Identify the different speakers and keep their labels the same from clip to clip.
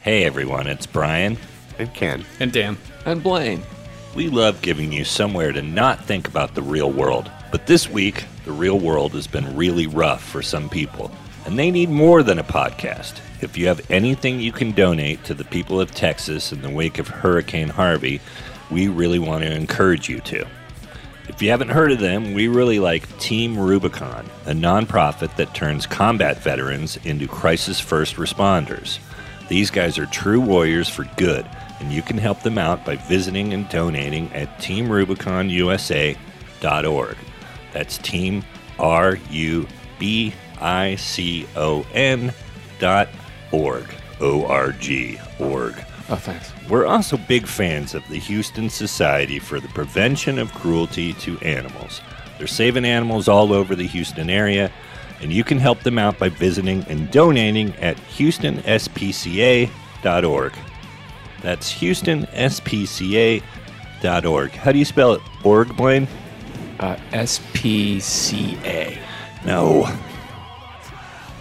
Speaker 1: Hey everyone, it's Brian.
Speaker 2: and Ken.
Speaker 3: And Dan.
Speaker 4: And Blaine.
Speaker 1: We love giving you somewhere to not think about the real world. But this week, the real world has been really rough for some people, and they need more than a podcast. If you have anything you can donate to the people of Texas in the wake of Hurricane Harvey, we really want to encourage you to. If you haven't heard of them, we really like Team Rubicon, a nonprofit that turns combat veterans into crisis first responders. These guys are true warriors for good, and you can help them out by visiting and donating at teamrubiconusa.org. That's team R U B I C O N dot org. O R G org.
Speaker 4: Oh, thanks.
Speaker 1: We're also big fans of the Houston Society for the Prevention of Cruelty to Animals. They're saving animals all over the Houston area, and you can help them out by visiting and donating at HoustonSPCA.org. That's HoustonSPCA.org. How do you spell it? Org, Blaine?
Speaker 4: Uh, SPCA.
Speaker 1: No.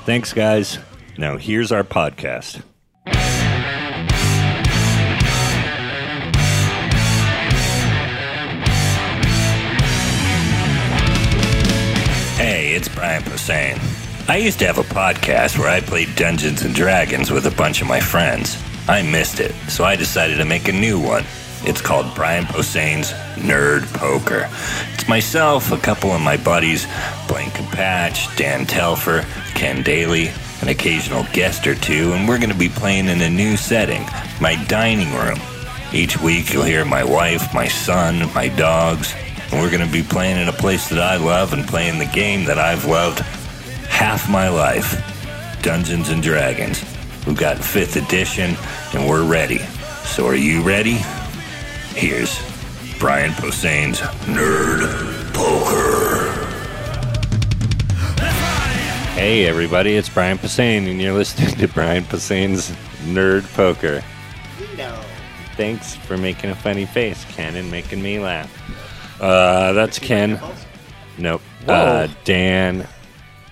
Speaker 1: Thanks, guys. Now, here's our podcast. Hey, it's Brian Posehn. I used to have a podcast where I played Dungeons and Dragons with a bunch of my friends. I missed it, so I decided to make a new one. It's called Brian Posehn's Nerd Poker. It's myself, a couple of my buddies, Blaine Compatch, Dan Telfer, Ken Daly, an occasional guest or two, and we're going to be playing in a new setting, my dining room. Each week you'll hear my wife, my son, my dogs, and we're going to be playing in a place that I love and playing the game that I've loved half my life Dungeons and Dragons. We've got 5th edition and we're ready. So are you ready? Here's Brian Posehn's Nerd Poker. Hey everybody, it's Brian Posehn and you're listening to Brian Posehn's Nerd Poker. Thanks for making a funny face, Ken, and making me laugh. Uh, that's Ken. Nope. Uh, Dan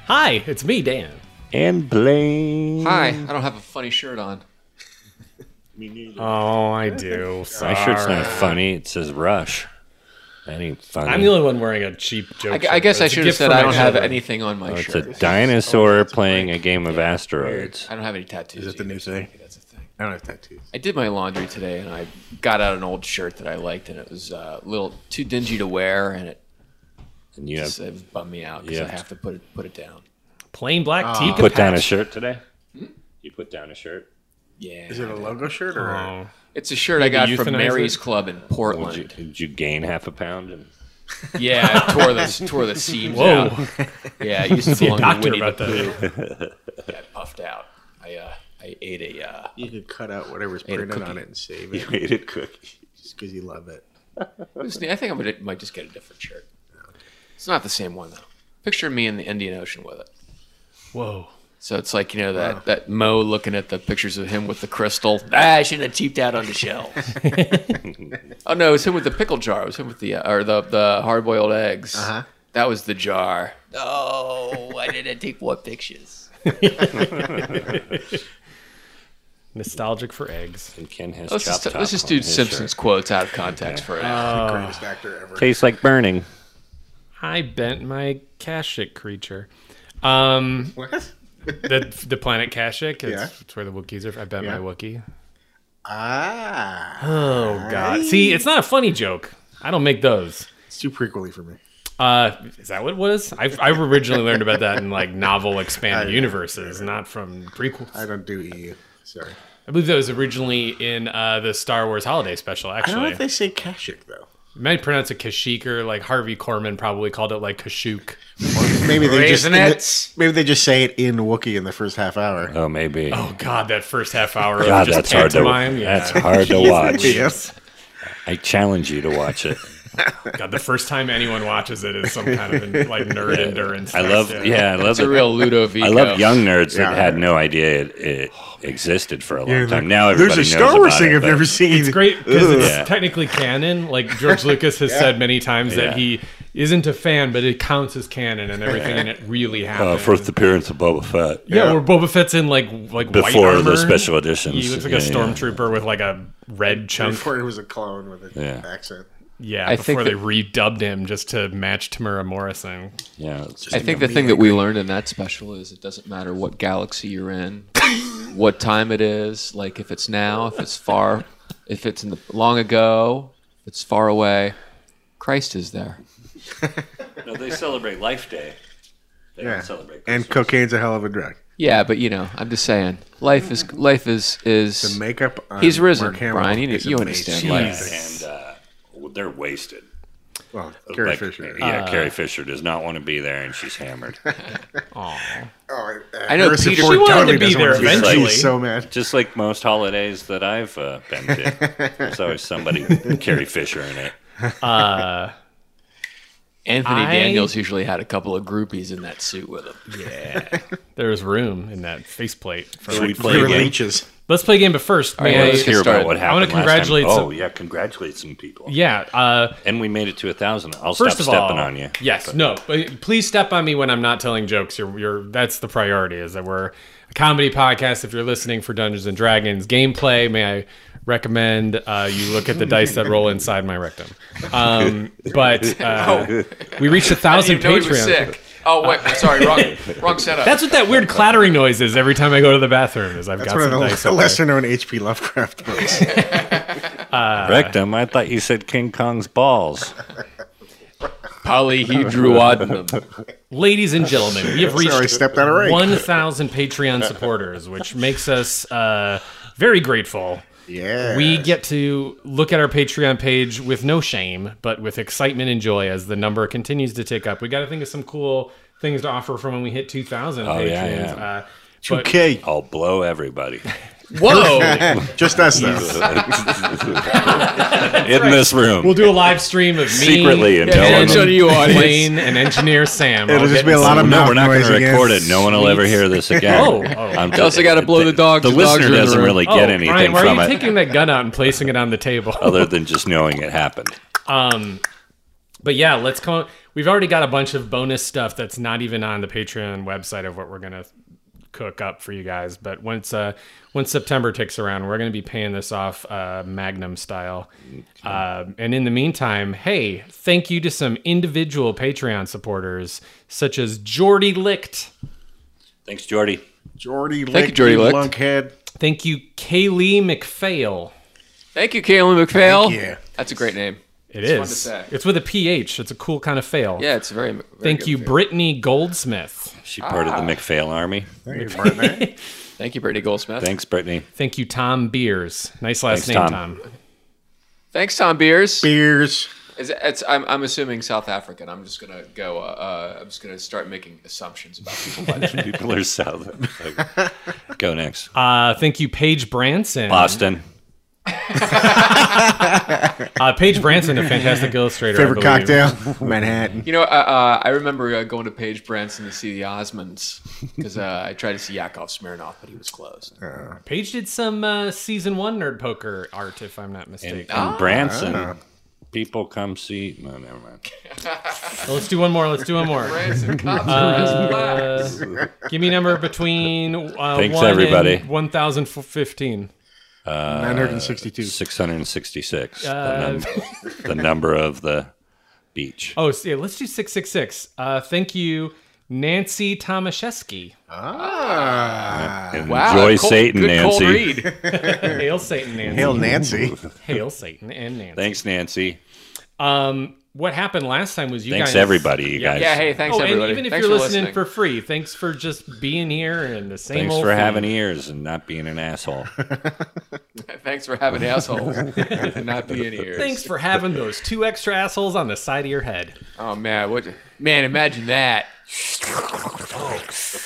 Speaker 3: Hi, it's me, Dan.
Speaker 1: and Blaine.
Speaker 4: Hi, I don't have a funny shirt on.
Speaker 3: Oh, I do.
Speaker 1: My shirt's not funny. It says Rush. That ain't funny.
Speaker 3: I'm the only one wearing a cheap joke.
Speaker 4: I,
Speaker 3: shirt,
Speaker 4: I guess
Speaker 3: but
Speaker 4: I
Speaker 3: it's a
Speaker 4: should have
Speaker 3: gift
Speaker 4: said
Speaker 3: from
Speaker 4: I
Speaker 3: my
Speaker 4: don't have
Speaker 3: children.
Speaker 4: anything on my
Speaker 1: Oh, it's a
Speaker 4: shirt.
Speaker 1: dinosaur playing a game of asteroids.
Speaker 4: I don't have any tattoos.
Speaker 2: Is that the
Speaker 4: either,
Speaker 2: new
Speaker 4: so maybe
Speaker 2: thing?
Speaker 4: That's a thing.
Speaker 2: I don't have tattoos.
Speaker 4: I did my laundry today, and I got out an old shirt that I liked, and it was uh, a little too dingy to wear, and it
Speaker 1: And you
Speaker 4: just
Speaker 1: have
Speaker 4: uh, bummed me out because
Speaker 1: Yeah.
Speaker 4: I have to put it put it down.
Speaker 3: Plain black tee.
Speaker 1: put down a shirt today. You put down a shirt.
Speaker 4: Yeah,
Speaker 2: Is it a logo shirt or?
Speaker 3: Oh.
Speaker 4: it's a shirt I got from
Speaker 3: euthanize
Speaker 4: Mary's
Speaker 3: it?
Speaker 4: Club in
Speaker 1: Did you,
Speaker 4: Portland.
Speaker 1: did you gain half a pound? And
Speaker 4: Yeah, I tore the tore the seams
Speaker 3: Whoa.
Speaker 4: out. Yeah, it used to belong to
Speaker 3: Doctor
Speaker 4: Winnie
Speaker 3: about
Speaker 4: the Pooh.
Speaker 3: that.
Speaker 4: I puffed out. I uh, I ate a uh,
Speaker 2: You could cut out whatever's printed on
Speaker 4: cookie.
Speaker 2: it and save it
Speaker 1: made it quick.
Speaker 2: just because you love it.
Speaker 4: It was neat. I think I might, might just get a different shirt. It's not the same one though. Picture me in the Indian Ocean with it.
Speaker 3: Whoa.
Speaker 4: So it's like you know that that Mo looking at the pictures of him with the crystal. Ah, I shouldn't have cheaped out on the shells. oh no, it was him with the pickle jar. It was him with the uh, or the the hard boiled eggs.
Speaker 2: Uh-huh.
Speaker 4: That was the jar. Oh, why did I take more pictures?
Speaker 3: Nostalgic for eggs.
Speaker 1: And Ken has
Speaker 4: Let's
Speaker 1: chopped
Speaker 4: just,
Speaker 1: top
Speaker 4: let's just
Speaker 1: on
Speaker 4: do
Speaker 1: his
Speaker 4: Simpsons
Speaker 1: shirt. Oh.
Speaker 4: quotes out of context for now.
Speaker 1: Ah.
Speaker 2: Greatest actor ever.
Speaker 1: Tastes like burning.
Speaker 3: I bent my Kashik creature. Um,
Speaker 2: What?
Speaker 3: the the planet Kashik. It's,
Speaker 2: Yeah.
Speaker 3: it's where the Wookiees are. I bent
Speaker 2: Yeah.
Speaker 3: my Wookiee.
Speaker 2: Ah,
Speaker 3: Oh God. See, it's not a funny joke. I don't make those.
Speaker 2: it's too prequely for me.
Speaker 3: Uh, is that what it was? I I originally learned about that in like novel expanded universes, not from prequels.
Speaker 2: I don't do EU. Sorry.
Speaker 3: I believe that was originally in uh, the Star Wars holiday special.
Speaker 2: I don't know
Speaker 3: Actually,
Speaker 2: if they say Kashik though.
Speaker 3: You might pronounce it Kashik or like Harvey Korman probably called it like Kashuk.
Speaker 2: Maybe they just
Speaker 4: Raisinets.
Speaker 2: maybe they just say it in Wookiee in the first half hour.
Speaker 1: Oh, maybe.
Speaker 3: Oh God, that first half hour.
Speaker 1: God,
Speaker 3: of just
Speaker 1: that's hard to.
Speaker 3: pantomime. Yeah.
Speaker 1: That's hard to watch.
Speaker 2: yes.
Speaker 1: I challenge you to watch it.
Speaker 3: God, the first time anyone watches it is some kind of like nerd endurance.
Speaker 1: I love.
Speaker 3: test,
Speaker 1: Yeah, I love
Speaker 4: It's a
Speaker 1: it.
Speaker 4: real Ludo Vico.
Speaker 1: I love young nerds that
Speaker 2: Yeah.
Speaker 1: had no idea it, it existed for a long
Speaker 2: Yeah,
Speaker 1: time.
Speaker 2: like,
Speaker 1: Now everybody
Speaker 2: There's a
Speaker 1: knows
Speaker 2: Star Wars
Speaker 1: about
Speaker 2: thing
Speaker 1: it,
Speaker 2: I've
Speaker 1: but
Speaker 2: never seen.
Speaker 3: It's great because it's
Speaker 1: Yeah.
Speaker 3: technically canon. Like George Lucas has said many times
Speaker 1: Yeah.
Speaker 3: that he isn't a fan, but it counts as canon and everything, and it really happened.
Speaker 1: Uh, first appearance of Boba Fett.
Speaker 3: yeah,
Speaker 2: yeah.
Speaker 3: where Boba Fett's in like like
Speaker 1: Before
Speaker 3: white
Speaker 1: the
Speaker 3: armor.
Speaker 1: special editions.
Speaker 3: He looks like
Speaker 1: Yeah,
Speaker 3: a
Speaker 1: yeah.
Speaker 3: stormtrooper with like a red chunk.
Speaker 2: Before he was a clone with an
Speaker 1: Yeah.
Speaker 2: accent.
Speaker 3: yeah,
Speaker 4: I think
Speaker 3: before they
Speaker 4: that-
Speaker 3: redubbed him just to match Tamura Morrison.
Speaker 1: Yeah.
Speaker 4: I think the thing that we learned in that special is it doesn't matter what galaxy you're in, what time it is, like if it's now, if it's far, if it's in the long ago, if it's far away, Christ is there.
Speaker 1: No, they celebrate Life Day. They
Speaker 2: Yeah.
Speaker 1: don't celebrate
Speaker 2: And cocaine's a hell of a drug.
Speaker 4: Yeah, but you know, I'm just saying, life is life is
Speaker 2: The
Speaker 4: is
Speaker 2: makeup on
Speaker 4: He's risen,
Speaker 2: Mark Hamill
Speaker 4: Brian. You-
Speaker 2: is
Speaker 4: you
Speaker 2: amazing.
Speaker 4: understand life.
Speaker 1: and uh, well, they're wasted.
Speaker 2: Well, Carrie
Speaker 1: Like,
Speaker 2: Fisher.
Speaker 1: Yeah,
Speaker 3: Uh,
Speaker 1: Carrie Fisher does not want to be there, and she's hammered.
Speaker 2: Oh, uh,
Speaker 4: I know
Speaker 2: Harrison
Speaker 4: Peter-
Speaker 2: Ford
Speaker 4: She wanted
Speaker 2: totally
Speaker 3: to be
Speaker 2: doesn't
Speaker 3: there
Speaker 2: want to
Speaker 3: eventually.
Speaker 2: He's so mad.
Speaker 1: Just like most holidays that I've uh, been to, there's always somebody with Carrie Fisher in it.
Speaker 4: Anthony
Speaker 3: I-
Speaker 4: Daniels usually had a couple of groupies in that suit with him.
Speaker 3: There's room in that faceplate. For
Speaker 1: Should we
Speaker 2: They
Speaker 1: play
Speaker 2: were
Speaker 1: a game?
Speaker 2: leeches.
Speaker 3: Let's play a game, but first,
Speaker 4: right,
Speaker 3: may I-
Speaker 4: let's
Speaker 1: Let's hear
Speaker 4: started.
Speaker 1: about what
Speaker 3: I wanna
Speaker 1: happened. last
Speaker 3: congratulate
Speaker 1: time.
Speaker 3: some-
Speaker 1: Oh yeah, congratulate some people.
Speaker 3: yeah. Uh,
Speaker 1: And we made it to a thousand. I'll
Speaker 3: first
Speaker 1: stop
Speaker 3: of all,
Speaker 1: stepping on you.
Speaker 3: Yes, no, but please step on me when I'm not telling jokes. You're, you're that's the priority. Is that we're a comedy podcast. If you're listening for Dungeons and Dragons gameplay, may I recommend uh, you look at the dice that roll inside my rectum. Um, but uh, we reached a thousand Patreon.
Speaker 4: Oh wait, sorry, wrong, wrong setup.
Speaker 3: That's what that weird clattering noise is every time I go to the bathroom. Is I've
Speaker 2: That's
Speaker 3: got
Speaker 2: one of the
Speaker 3: some dice. up there.
Speaker 2: lesser known H.P. Lovecraft books.
Speaker 1: Rectum. I thought you said King Kong's balls.
Speaker 4: polyhedroidinum.
Speaker 3: Ladies and gentlemen, we have reached
Speaker 2: Sorry, stepped on a rake.
Speaker 3: 1,000 Patreon supporters, which makes us uh, very grateful.
Speaker 2: yeah.
Speaker 3: We get to look at our Patreon page with no shame, but with excitement and joy as the number continues to tick up. We got to think of some cool things to offer from when we hit 2,000 oh, Patreons.
Speaker 1: yeah, yeah.
Speaker 3: Uh, but-
Speaker 2: Okay.
Speaker 1: I'll blow everybody
Speaker 4: Whoa!
Speaker 2: Just us, though.
Speaker 1: in this room.
Speaker 3: We'll do a live stream of me
Speaker 1: Secretly and
Speaker 3: and
Speaker 1: no one
Speaker 4: will- you, audience.
Speaker 3: Wayne and engineer Sam.
Speaker 2: It'll
Speaker 3: all
Speaker 2: just
Speaker 3: getting
Speaker 2: be a lot of
Speaker 1: no,
Speaker 2: mouth
Speaker 1: we're not going
Speaker 2: noise
Speaker 1: to
Speaker 2: again.
Speaker 1: record it. No one will ever hear this again.
Speaker 3: Oh, oh.
Speaker 1: I'm
Speaker 4: You also gotta blow the dogs.
Speaker 1: The
Speaker 4: The dogs
Speaker 1: listener
Speaker 4: are in the
Speaker 1: doesn't
Speaker 4: room.
Speaker 1: really
Speaker 3: Oh,
Speaker 1: get anything
Speaker 3: Brian, why
Speaker 1: from
Speaker 3: are you
Speaker 1: it, Oh,
Speaker 3: taking that gun out and placing it on the table?
Speaker 1: other than just knowing it happened.
Speaker 3: Um, But yeah, let's come. We've already got a bunch of bonus stuff that's not even on the Patreon website of what we're gonna cook up for you guys. But once uh, once September ticks around, we're gonna be paying this off uh, Magnum style. Um and in the meantime, hey, thank you to some individual Patreon supporters such as Jordy Licht.
Speaker 1: Thanks, Jordy.
Speaker 2: Jordy
Speaker 4: you,
Speaker 2: Lick,
Speaker 4: Jordy
Speaker 2: you
Speaker 4: Lick.
Speaker 2: lunkhead.
Speaker 3: Thank you, Kaylee McPhail.
Speaker 4: Thank you, Caitlin McPhail.
Speaker 2: Thank you.
Speaker 4: That's a great name.
Speaker 3: It
Speaker 4: It's fun
Speaker 3: is.
Speaker 4: to say.
Speaker 3: It's with a PH. It's a cool kind of fail.
Speaker 4: Yeah, it's very. very
Speaker 3: Thank
Speaker 4: good
Speaker 3: you,
Speaker 4: name.
Speaker 3: Brittany Goldsmith.
Speaker 1: She part of the McPhail Army.
Speaker 2: Thank you, Brian.
Speaker 4: Thank you, Brittany Goldsmith.
Speaker 1: Thanks, Brittany.
Speaker 3: Thank you, Tom Beers. Nice last
Speaker 1: Thanks,
Speaker 3: name,
Speaker 1: Tom.
Speaker 3: Tom.
Speaker 4: Thanks, Tom Beers.
Speaker 2: Beers.
Speaker 4: Is it- it's- I'm, I'm assuming South African. I'm just gonna go. Uh, uh, I'm just gonna start making assumptions about people. by their-
Speaker 1: People are south. Go next.
Speaker 4: Uh-huh.
Speaker 3: Uh, thank you, Paige Branson.
Speaker 1: Boston.
Speaker 3: Uh, Paige Branson, a fantastic illustrator. I
Speaker 2: Favorite
Speaker 3: believe.
Speaker 2: cocktail? Manhattan.
Speaker 4: you know, uh, uh, I remember uh, going to Paige Branson to see the Osmonds because uh, I tried to see Yakov Smirnoff, but he was closed.
Speaker 3: Paige did some uh, season one nerd poker art, if I'm not mistaken.
Speaker 1: In, in Branson. People come see. No, never mind.
Speaker 3: Well, let's do one more. Let's do one more.
Speaker 4: Branson, cops arrest black.
Speaker 3: Uh, give me a number between uh,
Speaker 1: Thanks,
Speaker 3: one
Speaker 1: everybody.
Speaker 3: and 1015.
Speaker 2: 962.
Speaker 1: 666.
Speaker 4: Uh,
Speaker 1: the, num- the number of the beach.
Speaker 3: Oh, so, yeah, let's do 666. Uh, thank you, Nancy Tomaszewski.
Speaker 2: ah.
Speaker 1: Enjoy
Speaker 4: Wow, cold-
Speaker 1: Satan,
Speaker 4: good cold
Speaker 1: Nancy.
Speaker 4: read.
Speaker 3: Hail Satan, Nancy.
Speaker 2: Hail Nancy.
Speaker 3: Hail Satan and Nancy.
Speaker 1: Thanks, Nancy.
Speaker 3: Um, what happened last time was you
Speaker 1: Thanks,
Speaker 3: guys.
Speaker 1: everybody, you guys.
Speaker 4: Yeah, hey, thanks
Speaker 3: Oh, and
Speaker 4: everybody.
Speaker 3: even if
Speaker 4: Thanks
Speaker 3: you're
Speaker 4: for
Speaker 3: listening, for free, thanks for just being here and the same
Speaker 1: Thanks
Speaker 3: old
Speaker 1: for
Speaker 3: thing.
Speaker 1: having ears and not being an asshole.
Speaker 4: Thanks for having assholes and not being here.
Speaker 3: Thanks for having those two extra assholes on the side of your head.
Speaker 4: Oh man, what? Man, imagine that.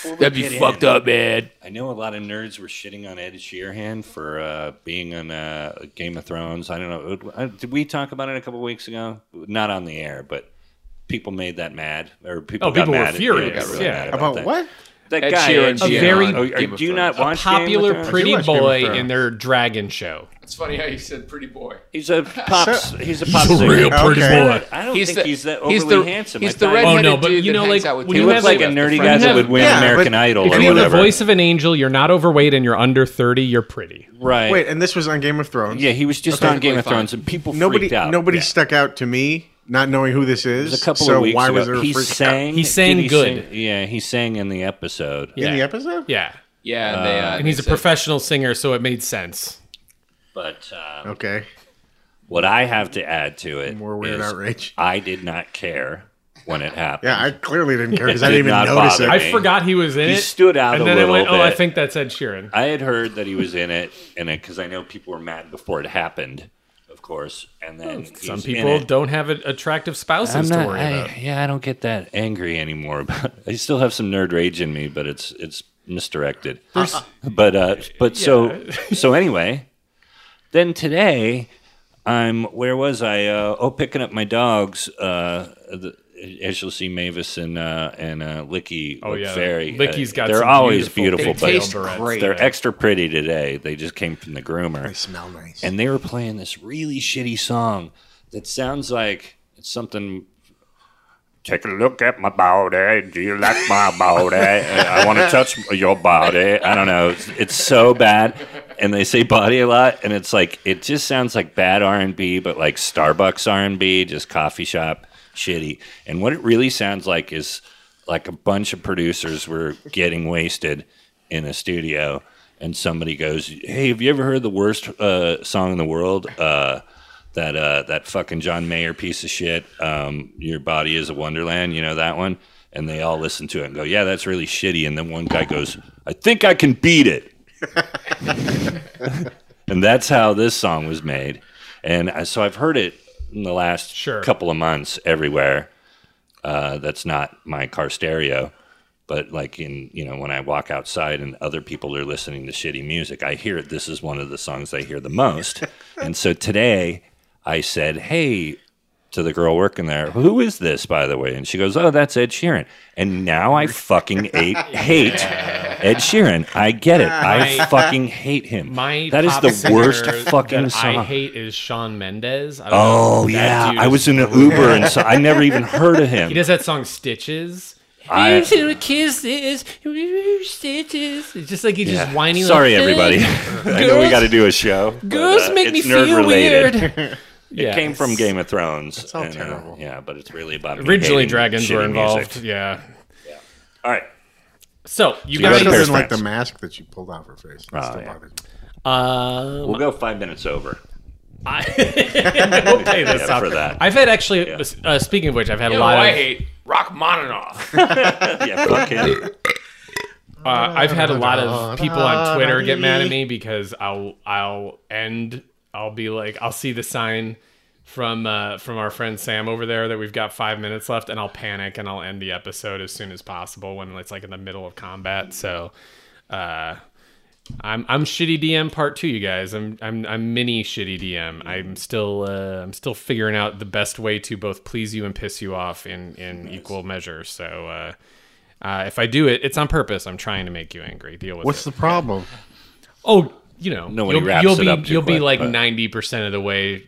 Speaker 4: That'd be fucked up, man.
Speaker 1: I know a lot of nerds were shitting on Ed Sheeran for uh, being on uh, Game of Thrones. I don't know. Uh, Did we talk about it a couple weeks ago? Not on the air, but people made that mad, or people
Speaker 3: Oh,
Speaker 1: got
Speaker 3: people were
Speaker 1: mad at-
Speaker 3: furious,
Speaker 1: got really
Speaker 3: yeah.
Speaker 1: mad
Speaker 2: About
Speaker 1: that.
Speaker 2: what?
Speaker 1: that
Speaker 4: Ed
Speaker 1: guy.
Speaker 4: Sheeran
Speaker 1: Ed
Speaker 4: being
Speaker 3: very-
Speaker 4: on
Speaker 1: Oh,
Speaker 4: Game of
Speaker 1: do you
Speaker 4: Thrones.
Speaker 1: not watch Game of
Speaker 3: Popular
Speaker 1: Thrones?
Speaker 3: pretty
Speaker 2: watch Game of
Speaker 3: boy
Speaker 2: Thrones.
Speaker 3: in their dragon show.
Speaker 4: It's funny how you said pretty boy.
Speaker 1: He's a pop. he's a pop
Speaker 5: He's a
Speaker 1: singer.
Speaker 5: real pretty
Speaker 2: Okay.
Speaker 5: boy.
Speaker 1: I don't
Speaker 4: He's
Speaker 1: think
Speaker 4: the-
Speaker 1: he's that overly
Speaker 4: he's the-
Speaker 1: handsome.
Speaker 4: he's
Speaker 1: I
Speaker 4: the
Speaker 1: thought-
Speaker 4: redhead
Speaker 3: Oh no,
Speaker 4: dude
Speaker 3: but
Speaker 4: that
Speaker 3: you know,
Speaker 4: hangs
Speaker 3: like
Speaker 4: out with
Speaker 3: when
Speaker 1: He
Speaker 3: you
Speaker 4: Taylor
Speaker 1: looks
Speaker 3: have
Speaker 1: like a
Speaker 4: Swift.
Speaker 1: nerdy
Speaker 3: friend-
Speaker 1: guy that
Speaker 3: Yeah,
Speaker 1: would win
Speaker 2: but-
Speaker 1: American Idol
Speaker 3: If
Speaker 1: or
Speaker 3: you're the
Speaker 1: whatever.
Speaker 3: voice of an angel, you're not overweight and you're under 30, you're pretty.
Speaker 1: right.
Speaker 2: Wait, and this was on Game of Thrones.
Speaker 1: yeah, he was just on Game of
Speaker 4: fine.
Speaker 1: Thrones, and people
Speaker 2: Nobody,
Speaker 1: freaked out.
Speaker 2: nobody
Speaker 1: Yeah.
Speaker 2: stuck out to me, not knowing who this is.
Speaker 1: It was a couple
Speaker 2: so
Speaker 1: of weeks
Speaker 2: why
Speaker 1: ago.
Speaker 2: was there a
Speaker 1: he
Speaker 2: freak
Speaker 1: sang?
Speaker 3: He sang
Speaker 1: did
Speaker 3: good.
Speaker 1: sing- yeah, he sang in the episode.
Speaker 2: in
Speaker 3: Yeah.
Speaker 2: the episode?
Speaker 3: Yeah.
Speaker 4: Yeah, and they, uh,
Speaker 3: And he's
Speaker 4: they
Speaker 3: a
Speaker 4: said-
Speaker 3: professional singer, so it made sense.
Speaker 1: But uh,
Speaker 2: Okay,
Speaker 1: what I have to add to it
Speaker 2: more weird
Speaker 1: is
Speaker 2: outrage.
Speaker 1: I did not care when it happened.
Speaker 2: Yeah, I clearly didn't care because I
Speaker 1: Did
Speaker 2: didn't even
Speaker 1: not
Speaker 2: notice
Speaker 1: bother
Speaker 2: it.
Speaker 1: me.
Speaker 3: I forgot he was in
Speaker 1: He
Speaker 3: it.
Speaker 1: stood out
Speaker 3: And
Speaker 1: a
Speaker 3: then I
Speaker 1: little
Speaker 3: went, oh, I
Speaker 1: bit.
Speaker 3: think that's Ed Sheeran.
Speaker 1: I had heard that he was in it, and because I know people were mad before it happened, of course. And then
Speaker 3: Some
Speaker 1: he's in
Speaker 3: people
Speaker 1: it.
Speaker 3: don't have a- attractive spouses to worry about.
Speaker 1: I, yeah, I don't get that angry anymore. About it. I still have some nerd rage in me, but it's it's misdirected. but uh, but so so anyway, then today I'm where was I? Uh, oh, picking up my dogs. Uh, the, as you'll see, Mavis and uh, and uh, Licky. Oh
Speaker 3: yeah.
Speaker 1: very.
Speaker 3: Licky's got
Speaker 1: They're
Speaker 3: some
Speaker 1: always
Speaker 3: beautiful
Speaker 1: beautiful,
Speaker 4: They
Speaker 1: but
Speaker 4: taste
Speaker 3: Barrettes.
Speaker 4: great.
Speaker 1: they're extra pretty today. They just came from the groomer
Speaker 2: They smell nice.
Speaker 1: and they were playing this really shitty song that sounds like it's something. Take a look at my body. Do you like my body? I want to touch your body. I don't know. It's, it's so bad, and they say body a lot, and it's like it just sounds like bad R and B, but like Starbucks R and B, just coffee shop shitty. And what it really sounds like is like a bunch of producers were getting wasted in a studio, and somebody goes, "Hey, have you ever heard the worst uh, song in the world? Uh, that uh, that fucking John Mayer piece of shit. Um, Your body is a wonderland. You know that one." And they all listen to it and go, "Yeah, that's really shitty." And then one guy goes, "I think I can beat it." and that's how this song was made. And I, so I've heard it in the last
Speaker 3: Sure.
Speaker 1: couple of months everywhere. Uh, that's not my car stereo but like in you know when i walk outside and other people are listening to shitty music i hear this is one of the songs i hear the most and so today i said hey to the girl working there who is this by the way and she goes oh that's ed sheeran and now i fucking ate, hate ed sheeran i get it i
Speaker 3: My-
Speaker 1: fucking hate him
Speaker 3: My
Speaker 1: that is
Speaker 3: pop
Speaker 1: the
Speaker 3: singer
Speaker 1: worst fucking
Speaker 3: that
Speaker 1: song
Speaker 3: I hate is Sean Mendez. I don't
Speaker 1: oh
Speaker 3: know. That
Speaker 1: yeah
Speaker 3: dude
Speaker 1: i
Speaker 3: is-
Speaker 1: was in an uber and so i never even heard of him
Speaker 3: He does that song Stitches.
Speaker 1: I-
Speaker 3: kisses, stitches. It's just like he's
Speaker 1: Yeah.
Speaker 3: just whining.
Speaker 1: Sorry,
Speaker 3: like,
Speaker 1: everybody. I know we
Speaker 3: Girls-
Speaker 1: got to do a show. but,
Speaker 3: Girls
Speaker 1: uh,
Speaker 3: make me
Speaker 1: it's nerd
Speaker 3: feel
Speaker 1: related.
Speaker 3: weird.
Speaker 1: It came from Game of Thrones. It's
Speaker 2: all terrible.
Speaker 1: yeah, but it's really about me
Speaker 3: Originally,
Speaker 1: hating
Speaker 3: dragons were
Speaker 1: shitty
Speaker 3: involved.
Speaker 1: music.
Speaker 3: Yeah.
Speaker 1: All right,
Speaker 3: So
Speaker 1: you
Speaker 3: you
Speaker 2: I
Speaker 1: got
Speaker 3: guys,
Speaker 2: still
Speaker 1: Paris
Speaker 2: didn't like
Speaker 1: France.
Speaker 2: the mask that she pulled off her face. That
Speaker 1: Oh,
Speaker 2: still
Speaker 1: yeah.
Speaker 2: bothers me.
Speaker 3: uh,
Speaker 1: we'll go five minutes over.
Speaker 3: I, we'll pay this
Speaker 1: Yeah,
Speaker 3: off.
Speaker 1: for that.
Speaker 3: I've had actually. Uh, speaking of which, I've had a
Speaker 4: You know
Speaker 3: lot.
Speaker 4: who I
Speaker 3: of,
Speaker 4: hate Rachmaninoff.
Speaker 1: yeah, fuck him.
Speaker 3: Uh, I've had a lot of people on Twitter get mad at me because I'll I'll end I'll be like I'll see the sign from uh, from our friend Sam over there that we've got five minutes left and I'll panic and I'll end the episode as soon as possible when it's like in the middle of combat. So uh, I'm I'm shitty DM part two, you guys. I'm I'm I'm mini shitty DM. I'm still uh, I'm still figuring out the best way to both please you and piss you off in in equal measure. So. Uh, uh, if I do it, it's on purpose. I'm trying to make you angry. Deal with
Speaker 2: What's
Speaker 3: it.
Speaker 2: the problem?
Speaker 3: oh, you know,
Speaker 1: Nobody
Speaker 3: you'll,
Speaker 1: wraps
Speaker 3: you'll
Speaker 1: it
Speaker 3: be
Speaker 1: up too
Speaker 3: you'll be
Speaker 1: quick,
Speaker 3: like
Speaker 1: but-
Speaker 3: ninety percent of the way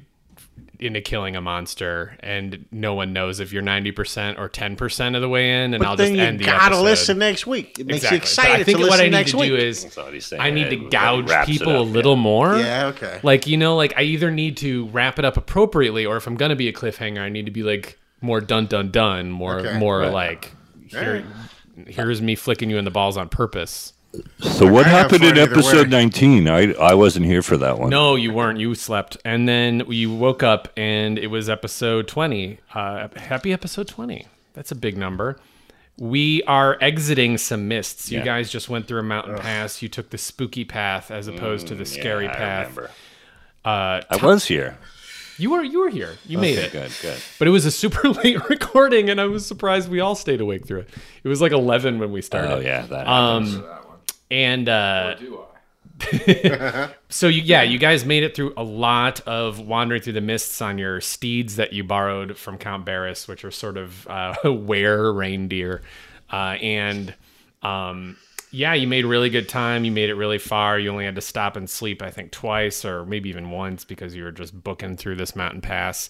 Speaker 3: into killing a monster, and no one knows if you're ninety percent or ten percent of the way in. And I'll just
Speaker 2: then
Speaker 3: end
Speaker 2: you
Speaker 3: the
Speaker 2: gotta
Speaker 3: episode.
Speaker 2: listen next week. It makes
Speaker 3: Exactly.
Speaker 2: you
Speaker 3: But
Speaker 2: excited
Speaker 3: I think
Speaker 2: to
Speaker 3: what
Speaker 2: listen
Speaker 3: I need
Speaker 2: next
Speaker 3: to
Speaker 2: week.
Speaker 3: do is
Speaker 1: That's all he's saying.
Speaker 3: I need to
Speaker 1: It
Speaker 3: gouge
Speaker 1: wraps it
Speaker 3: people a
Speaker 1: up, yeah.
Speaker 3: little more.
Speaker 2: yeah, okay.
Speaker 3: Like you know, like I either need to wrap it up appropriately, or if I'm gonna be a cliffhanger, I need to be like more dun dun dun, more
Speaker 2: Okay.
Speaker 3: more
Speaker 1: Right.
Speaker 3: like
Speaker 2: All right.
Speaker 3: here's me flicking you in the balls on purpose.
Speaker 1: So what
Speaker 2: I have
Speaker 1: happened in
Speaker 2: fun either
Speaker 1: episode
Speaker 2: way.
Speaker 1: 19? I I wasn't here for that one.
Speaker 3: No, you weren't. You slept, and then you woke up, and it was episode twenty. Uh, happy episode twenty. That's a big number. We are exiting some mists. You
Speaker 1: Yeah.
Speaker 3: guys just went through a mountain pass. You took the spooky path as opposed to the scary
Speaker 1: Mm, I
Speaker 3: path.
Speaker 1: remember.
Speaker 3: Uh,
Speaker 1: I was here.
Speaker 3: you were you were here. You made it.
Speaker 1: Good, good.
Speaker 3: But it was a super late recording, and I was surprised we all stayed awake through it. It was like eleven when we started.
Speaker 1: Oh yeah, that.
Speaker 3: Um, And uh,
Speaker 4: Do I?
Speaker 3: so you, yeah, you guys made it through a lot of wandering through the mists on your steeds that you borrowed from Count Barris, which are sort of uh, were reindeer, uh, and Um, yeah, you made really good time. You made it really far. You only had to stop and sleep, I think, twice or maybe even once because you were just booking through this mountain pass.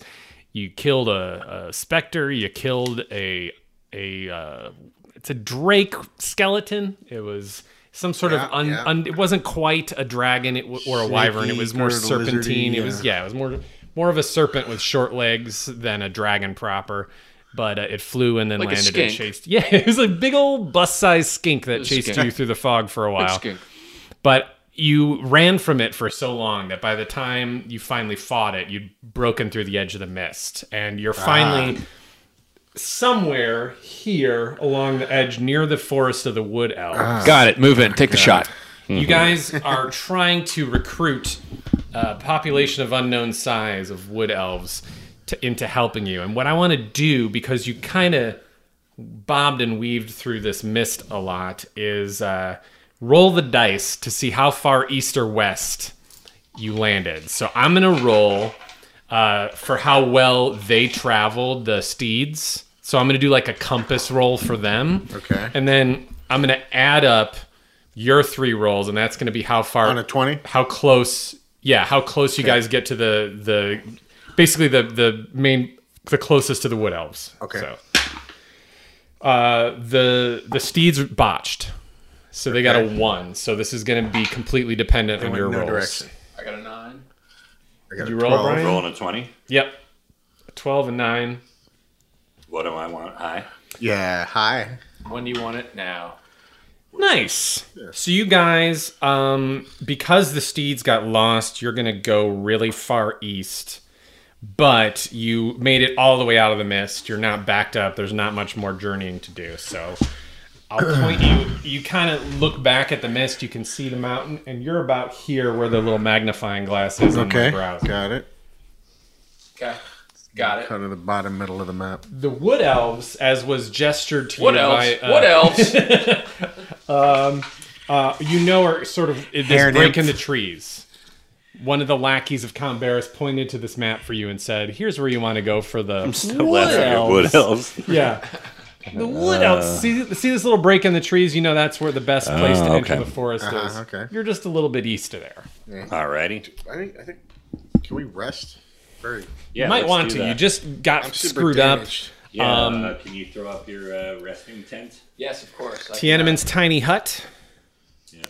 Speaker 3: You killed a, a specter. You killed a a uh, it's a drake skeleton. It was some sort
Speaker 2: Yeah,
Speaker 3: of un,
Speaker 2: yeah.
Speaker 3: un, it wasn't quite a dragon it, w- or a wyvern. It
Speaker 2: Shaky,
Speaker 3: was more
Speaker 2: girdle,
Speaker 3: serpentine.
Speaker 2: lizardy,
Speaker 3: It was yeah, it was more more of a serpent with short legs than a dragon proper. But uh, it flew and then
Speaker 4: Like a
Speaker 3: landed and
Speaker 4: skink.
Speaker 3: chased. Yeah, it was a big old bus-sized skink that chased
Speaker 4: skink.
Speaker 3: you through the fog for a while.
Speaker 4: Skink.
Speaker 3: But you ran from it for so long that by the time you finally fought it, you'd broken through the edge of the mist, and you're finally somewhere here along the edge near the forest of the wood elves.
Speaker 4: Got it. Move in. Take the shot.
Speaker 3: You guys are trying to recruit a population of unknown size of wood elves to, into helping you. And what I want to do, because you kind of bobbed and weaved through this mist a lot, is uh, roll the dice to see how far east or west you landed. So I'm going to roll uh, for how well they traveled, the steeds. So I'm going to do like a compass roll for them.
Speaker 2: Okay.
Speaker 3: And then I'm going to add up your three rolls, and that's going to be how far
Speaker 2: On a 20?
Speaker 3: how close, yeah, how close you guys get to the the basically the the main the closest to the wood elves.
Speaker 2: Okay.
Speaker 3: So uh, the the steeds botched, so they got a one. So this is going to be completely dependent on
Speaker 2: went
Speaker 3: your
Speaker 2: no
Speaker 3: rolls.
Speaker 2: direction.
Speaker 4: I got a nine.
Speaker 2: I got
Speaker 3: You
Speaker 2: a
Speaker 3: roll,
Speaker 2: 12.
Speaker 3: Brian?
Speaker 1: Rolling a 20.
Speaker 3: Yep, twelve and nine.
Speaker 1: What do I want? High?
Speaker 2: Yeah, hi.
Speaker 4: When do you want it? Now.
Speaker 3: Nice. So you guys, um, because the steeds got lost, you're gonna go really far east, but you made it all the way out of the mist. You're not backed up. There's not much more journeying to do. So I'll point you. You kind of look back at the mist. You can see the mountain, and you're about here where the little magnifying glass is on Oh, my
Speaker 2: Okay.
Speaker 3: brows.
Speaker 2: Got it.
Speaker 4: Okay. Got it.
Speaker 2: Kind of the bottom middle of the map.
Speaker 3: The wood elves, as was gestured to
Speaker 4: What
Speaker 3: you
Speaker 4: else?
Speaker 3: by uh,
Speaker 4: what else?
Speaker 3: uh, you know are sort of this
Speaker 2: Hair
Speaker 3: break in
Speaker 2: nymph.
Speaker 3: the trees. One of the lackeys of Count Barris pointed to this map for you and said, "Here's where you want to go for the
Speaker 1: Wood
Speaker 3: elves.
Speaker 1: Wood Uh. elves.
Speaker 3: yeah." The wood elves. See, see this little break in the trees? You know that's where the best place to
Speaker 1: Oh,
Speaker 3: enter
Speaker 1: okay.
Speaker 3: the forest is.
Speaker 2: Uh-huh, okay.
Speaker 3: You're just a little bit east of there.
Speaker 1: Alrighty.
Speaker 2: I think, I think, can we rest? Very.
Speaker 1: Yeah,
Speaker 3: you might
Speaker 1: let's
Speaker 3: want
Speaker 1: do
Speaker 3: to.
Speaker 1: that.
Speaker 3: You just got
Speaker 2: I'm super
Speaker 3: screwed up.
Speaker 2: damaged.
Speaker 1: Yeah,
Speaker 3: um,
Speaker 1: uh, can you throw up your uh, resting tent?
Speaker 4: yes, of course. I can-
Speaker 3: Tiananmen's tiny hut.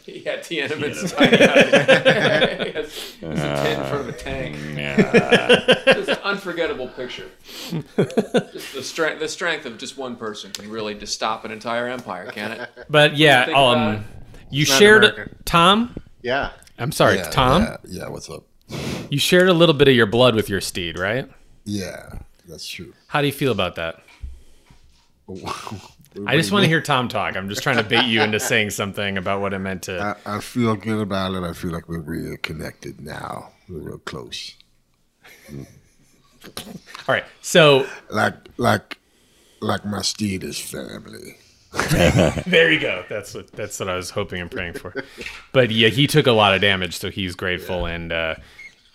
Speaker 4: Yeah, Tiananmen's. Yes, It's a
Speaker 1: Uh.
Speaker 4: tin from a tank.
Speaker 1: Yeah.
Speaker 4: It's
Speaker 2: Uh,
Speaker 4: an unforgettable picture. just the strength, the strength of just one person can really just stop an entire empire, can it?
Speaker 3: But yeah,
Speaker 4: Think about
Speaker 3: Uh, um,
Speaker 4: it.
Speaker 3: you shared
Speaker 2: American.
Speaker 3: Tom.
Speaker 2: Yeah.
Speaker 3: I'm sorry,
Speaker 5: Yeah,
Speaker 3: Tom.
Speaker 5: Yeah, yeah, what's up?
Speaker 3: You shared a little bit of your blood with your steed, right?
Speaker 5: Yeah, that's true.
Speaker 3: How do you feel about that?
Speaker 2: What
Speaker 3: I just
Speaker 2: do
Speaker 3: want to hear Tom talk. I'm just trying to bait you into saying something about what it meant to.
Speaker 5: I, I feel good about it. I feel like we're real connected now. We're real close.
Speaker 3: All right. So
Speaker 5: Like, like, like my steed is family.
Speaker 3: there you go. That's what that's what I was hoping and praying for. But yeah, he took a lot of damage, so he's grateful. And uh,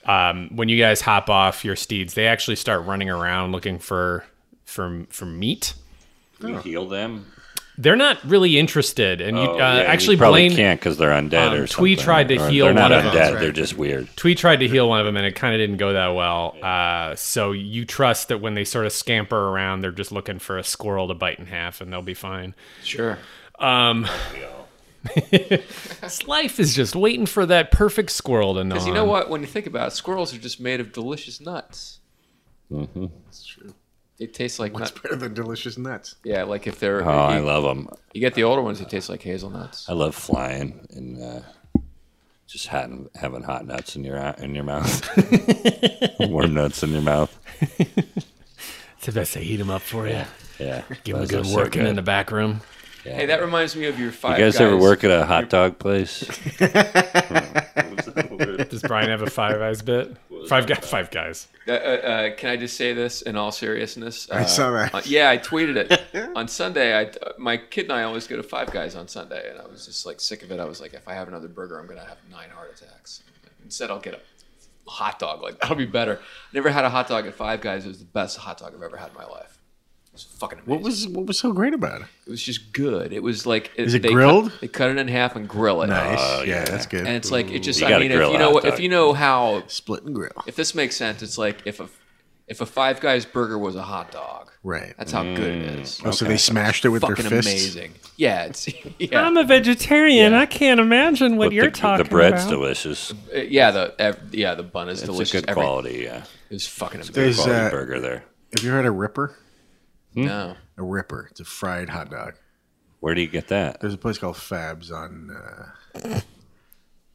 Speaker 3: um, when you guys hop off your steeds, they actually start running around looking for for for meat.
Speaker 1: you heal them?
Speaker 3: They're not really interested, and you
Speaker 1: Oh,
Speaker 3: uh,
Speaker 1: yeah, you
Speaker 3: actually
Speaker 1: probably
Speaker 3: blame.
Speaker 1: can't because they're undead
Speaker 3: um,
Speaker 1: or something.
Speaker 3: Twee tried to
Speaker 1: Or
Speaker 3: heal
Speaker 1: They're not
Speaker 3: one of
Speaker 1: undead.
Speaker 2: them. That's right.
Speaker 1: They're just weird.
Speaker 3: Twee tried to heal one of them, and it kind of didn't go that well. Uh, so you trust that when they sort of scamper around, they're just looking for a squirrel to bite in half, and they'll be fine.
Speaker 4: Sure.
Speaker 3: This life is just waiting for that perfect squirrel to gnaw.
Speaker 4: Because you know
Speaker 3: on.
Speaker 4: what? When you think about it, squirrels are just made of delicious nuts.
Speaker 1: Mm-hmm.
Speaker 2: It's true.
Speaker 4: They taste like
Speaker 2: What's
Speaker 4: nuts.
Speaker 2: better than delicious nuts?
Speaker 4: Yeah, like if they're.
Speaker 1: Oh, I
Speaker 4: you,
Speaker 1: love them.
Speaker 4: you get the older ones, they taste like hazelnuts.
Speaker 1: I love flying and uh, just having, having hot nuts in your uh, in your mouth, warm nuts in your mouth.
Speaker 3: It's the best they heat them up for you.
Speaker 1: Yeah,
Speaker 3: Give them a
Speaker 1: Those
Speaker 3: good
Speaker 1: are so
Speaker 3: working
Speaker 1: good.
Speaker 3: in the back room.
Speaker 1: Yeah.
Speaker 4: Hey, that reminds me of your five.
Speaker 1: you guys, ever work at a hot dog place?
Speaker 3: Does Brian have a Five Eyes bit? Five guys. Five guys.
Speaker 4: Uh, uh, uh, can I just say this in all seriousness? Uh,
Speaker 5: I saw that.
Speaker 4: uh, yeah, I tweeted it on Sunday. I, uh, my kid and I always go to Five Guys on Sunday, and I was just like sick of it. I was like, if I have another burger, I'm gonna have nine heart attacks. Instead, I'll get a hot dog. Like that'll be better. Never had a hot dog at Five Guys. It was the best hot dog I've ever had in my life. It's fucking amazing.
Speaker 2: What was what was so great about it?
Speaker 4: it was just good. It was like
Speaker 2: Is it
Speaker 4: cut-
Speaker 2: grilled?
Speaker 4: they cut it in half and grill it.
Speaker 2: Nice. yeah, that's good.
Speaker 4: And it's like it just.
Speaker 1: You
Speaker 4: I
Speaker 1: gotta
Speaker 4: mean, if
Speaker 1: grill
Speaker 4: you
Speaker 1: a
Speaker 4: know
Speaker 1: hot dog.
Speaker 4: if you know how
Speaker 2: split and grill.
Speaker 4: if this makes sense, it's like if a if a Five Guys burger was a hot dog.
Speaker 2: Right.
Speaker 4: That's how good it
Speaker 1: Mm.
Speaker 4: is.
Speaker 2: Oh, so they smashed it with their
Speaker 4: fucking
Speaker 2: fists.
Speaker 4: amazing. Yeah, it's yeah,
Speaker 3: I'm a vegetarian. I can't imagine what
Speaker 1: But
Speaker 3: you're
Speaker 1: the,
Speaker 3: talking
Speaker 1: the bread's
Speaker 3: about.
Speaker 1: delicious.
Speaker 4: Uh, yeah. The ev- yeah the bun is
Speaker 1: It's
Speaker 4: delicious.
Speaker 1: a good
Speaker 4: Every-
Speaker 1: quality. Yeah,
Speaker 4: It was fucking amazing.
Speaker 2: There's,
Speaker 1: quality
Speaker 2: uh,
Speaker 1: burger there.
Speaker 2: have you heard of Ripper?
Speaker 4: No,
Speaker 2: A Ripper. It's a fried hot dog.
Speaker 1: Where do you get that?
Speaker 2: There's a place called Fabs on uh,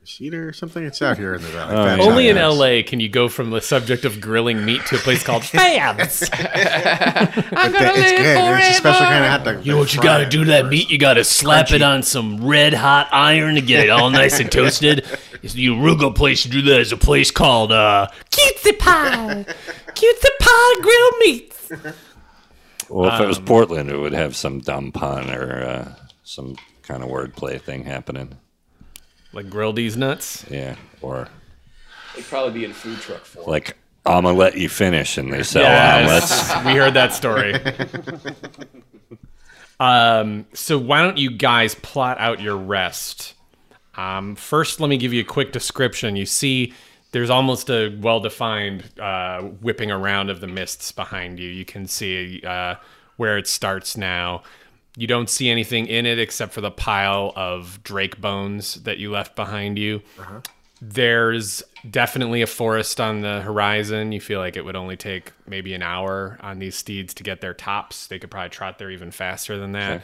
Speaker 2: Cedar or something. It's out here in the valley. Fab's
Speaker 3: Only in
Speaker 2: Hot Dogs.
Speaker 3: LA can you go from the subject of grilling meat to a place called Fabs.
Speaker 2: But that- it's good. It's a special kind of hot dog.
Speaker 6: You know what you gotta do to that meat? You gotta slap it on some red hot iron to get it all nice and toasted. It's the Aruga place to do that is a place called uh Cutesy Pie. Cutesy Pie Grilled Meats.
Speaker 1: Well, if it was Portland, it would have some dumb pun or uh, some kind of wordplay thing happening.
Speaker 3: like grilled these nuts.
Speaker 1: Yeah, or
Speaker 4: it'd probably be in a food truck form.
Speaker 1: like I'ma let you finish, and they sell omelets.
Speaker 3: um, we heard that story. um, so why don't you guys plot out your rest? Um, first, let me give you a quick description. You see, there's almost a well-defined uh, whipping around of the mists behind you. You can see uh, where it starts now. You don't see anything in it except for the pile of drake bones that you left behind you. There's definitely a forest on the horizon. You feel like it would only take maybe an hour on these steeds to get their tops. They could probably trot there even faster than that.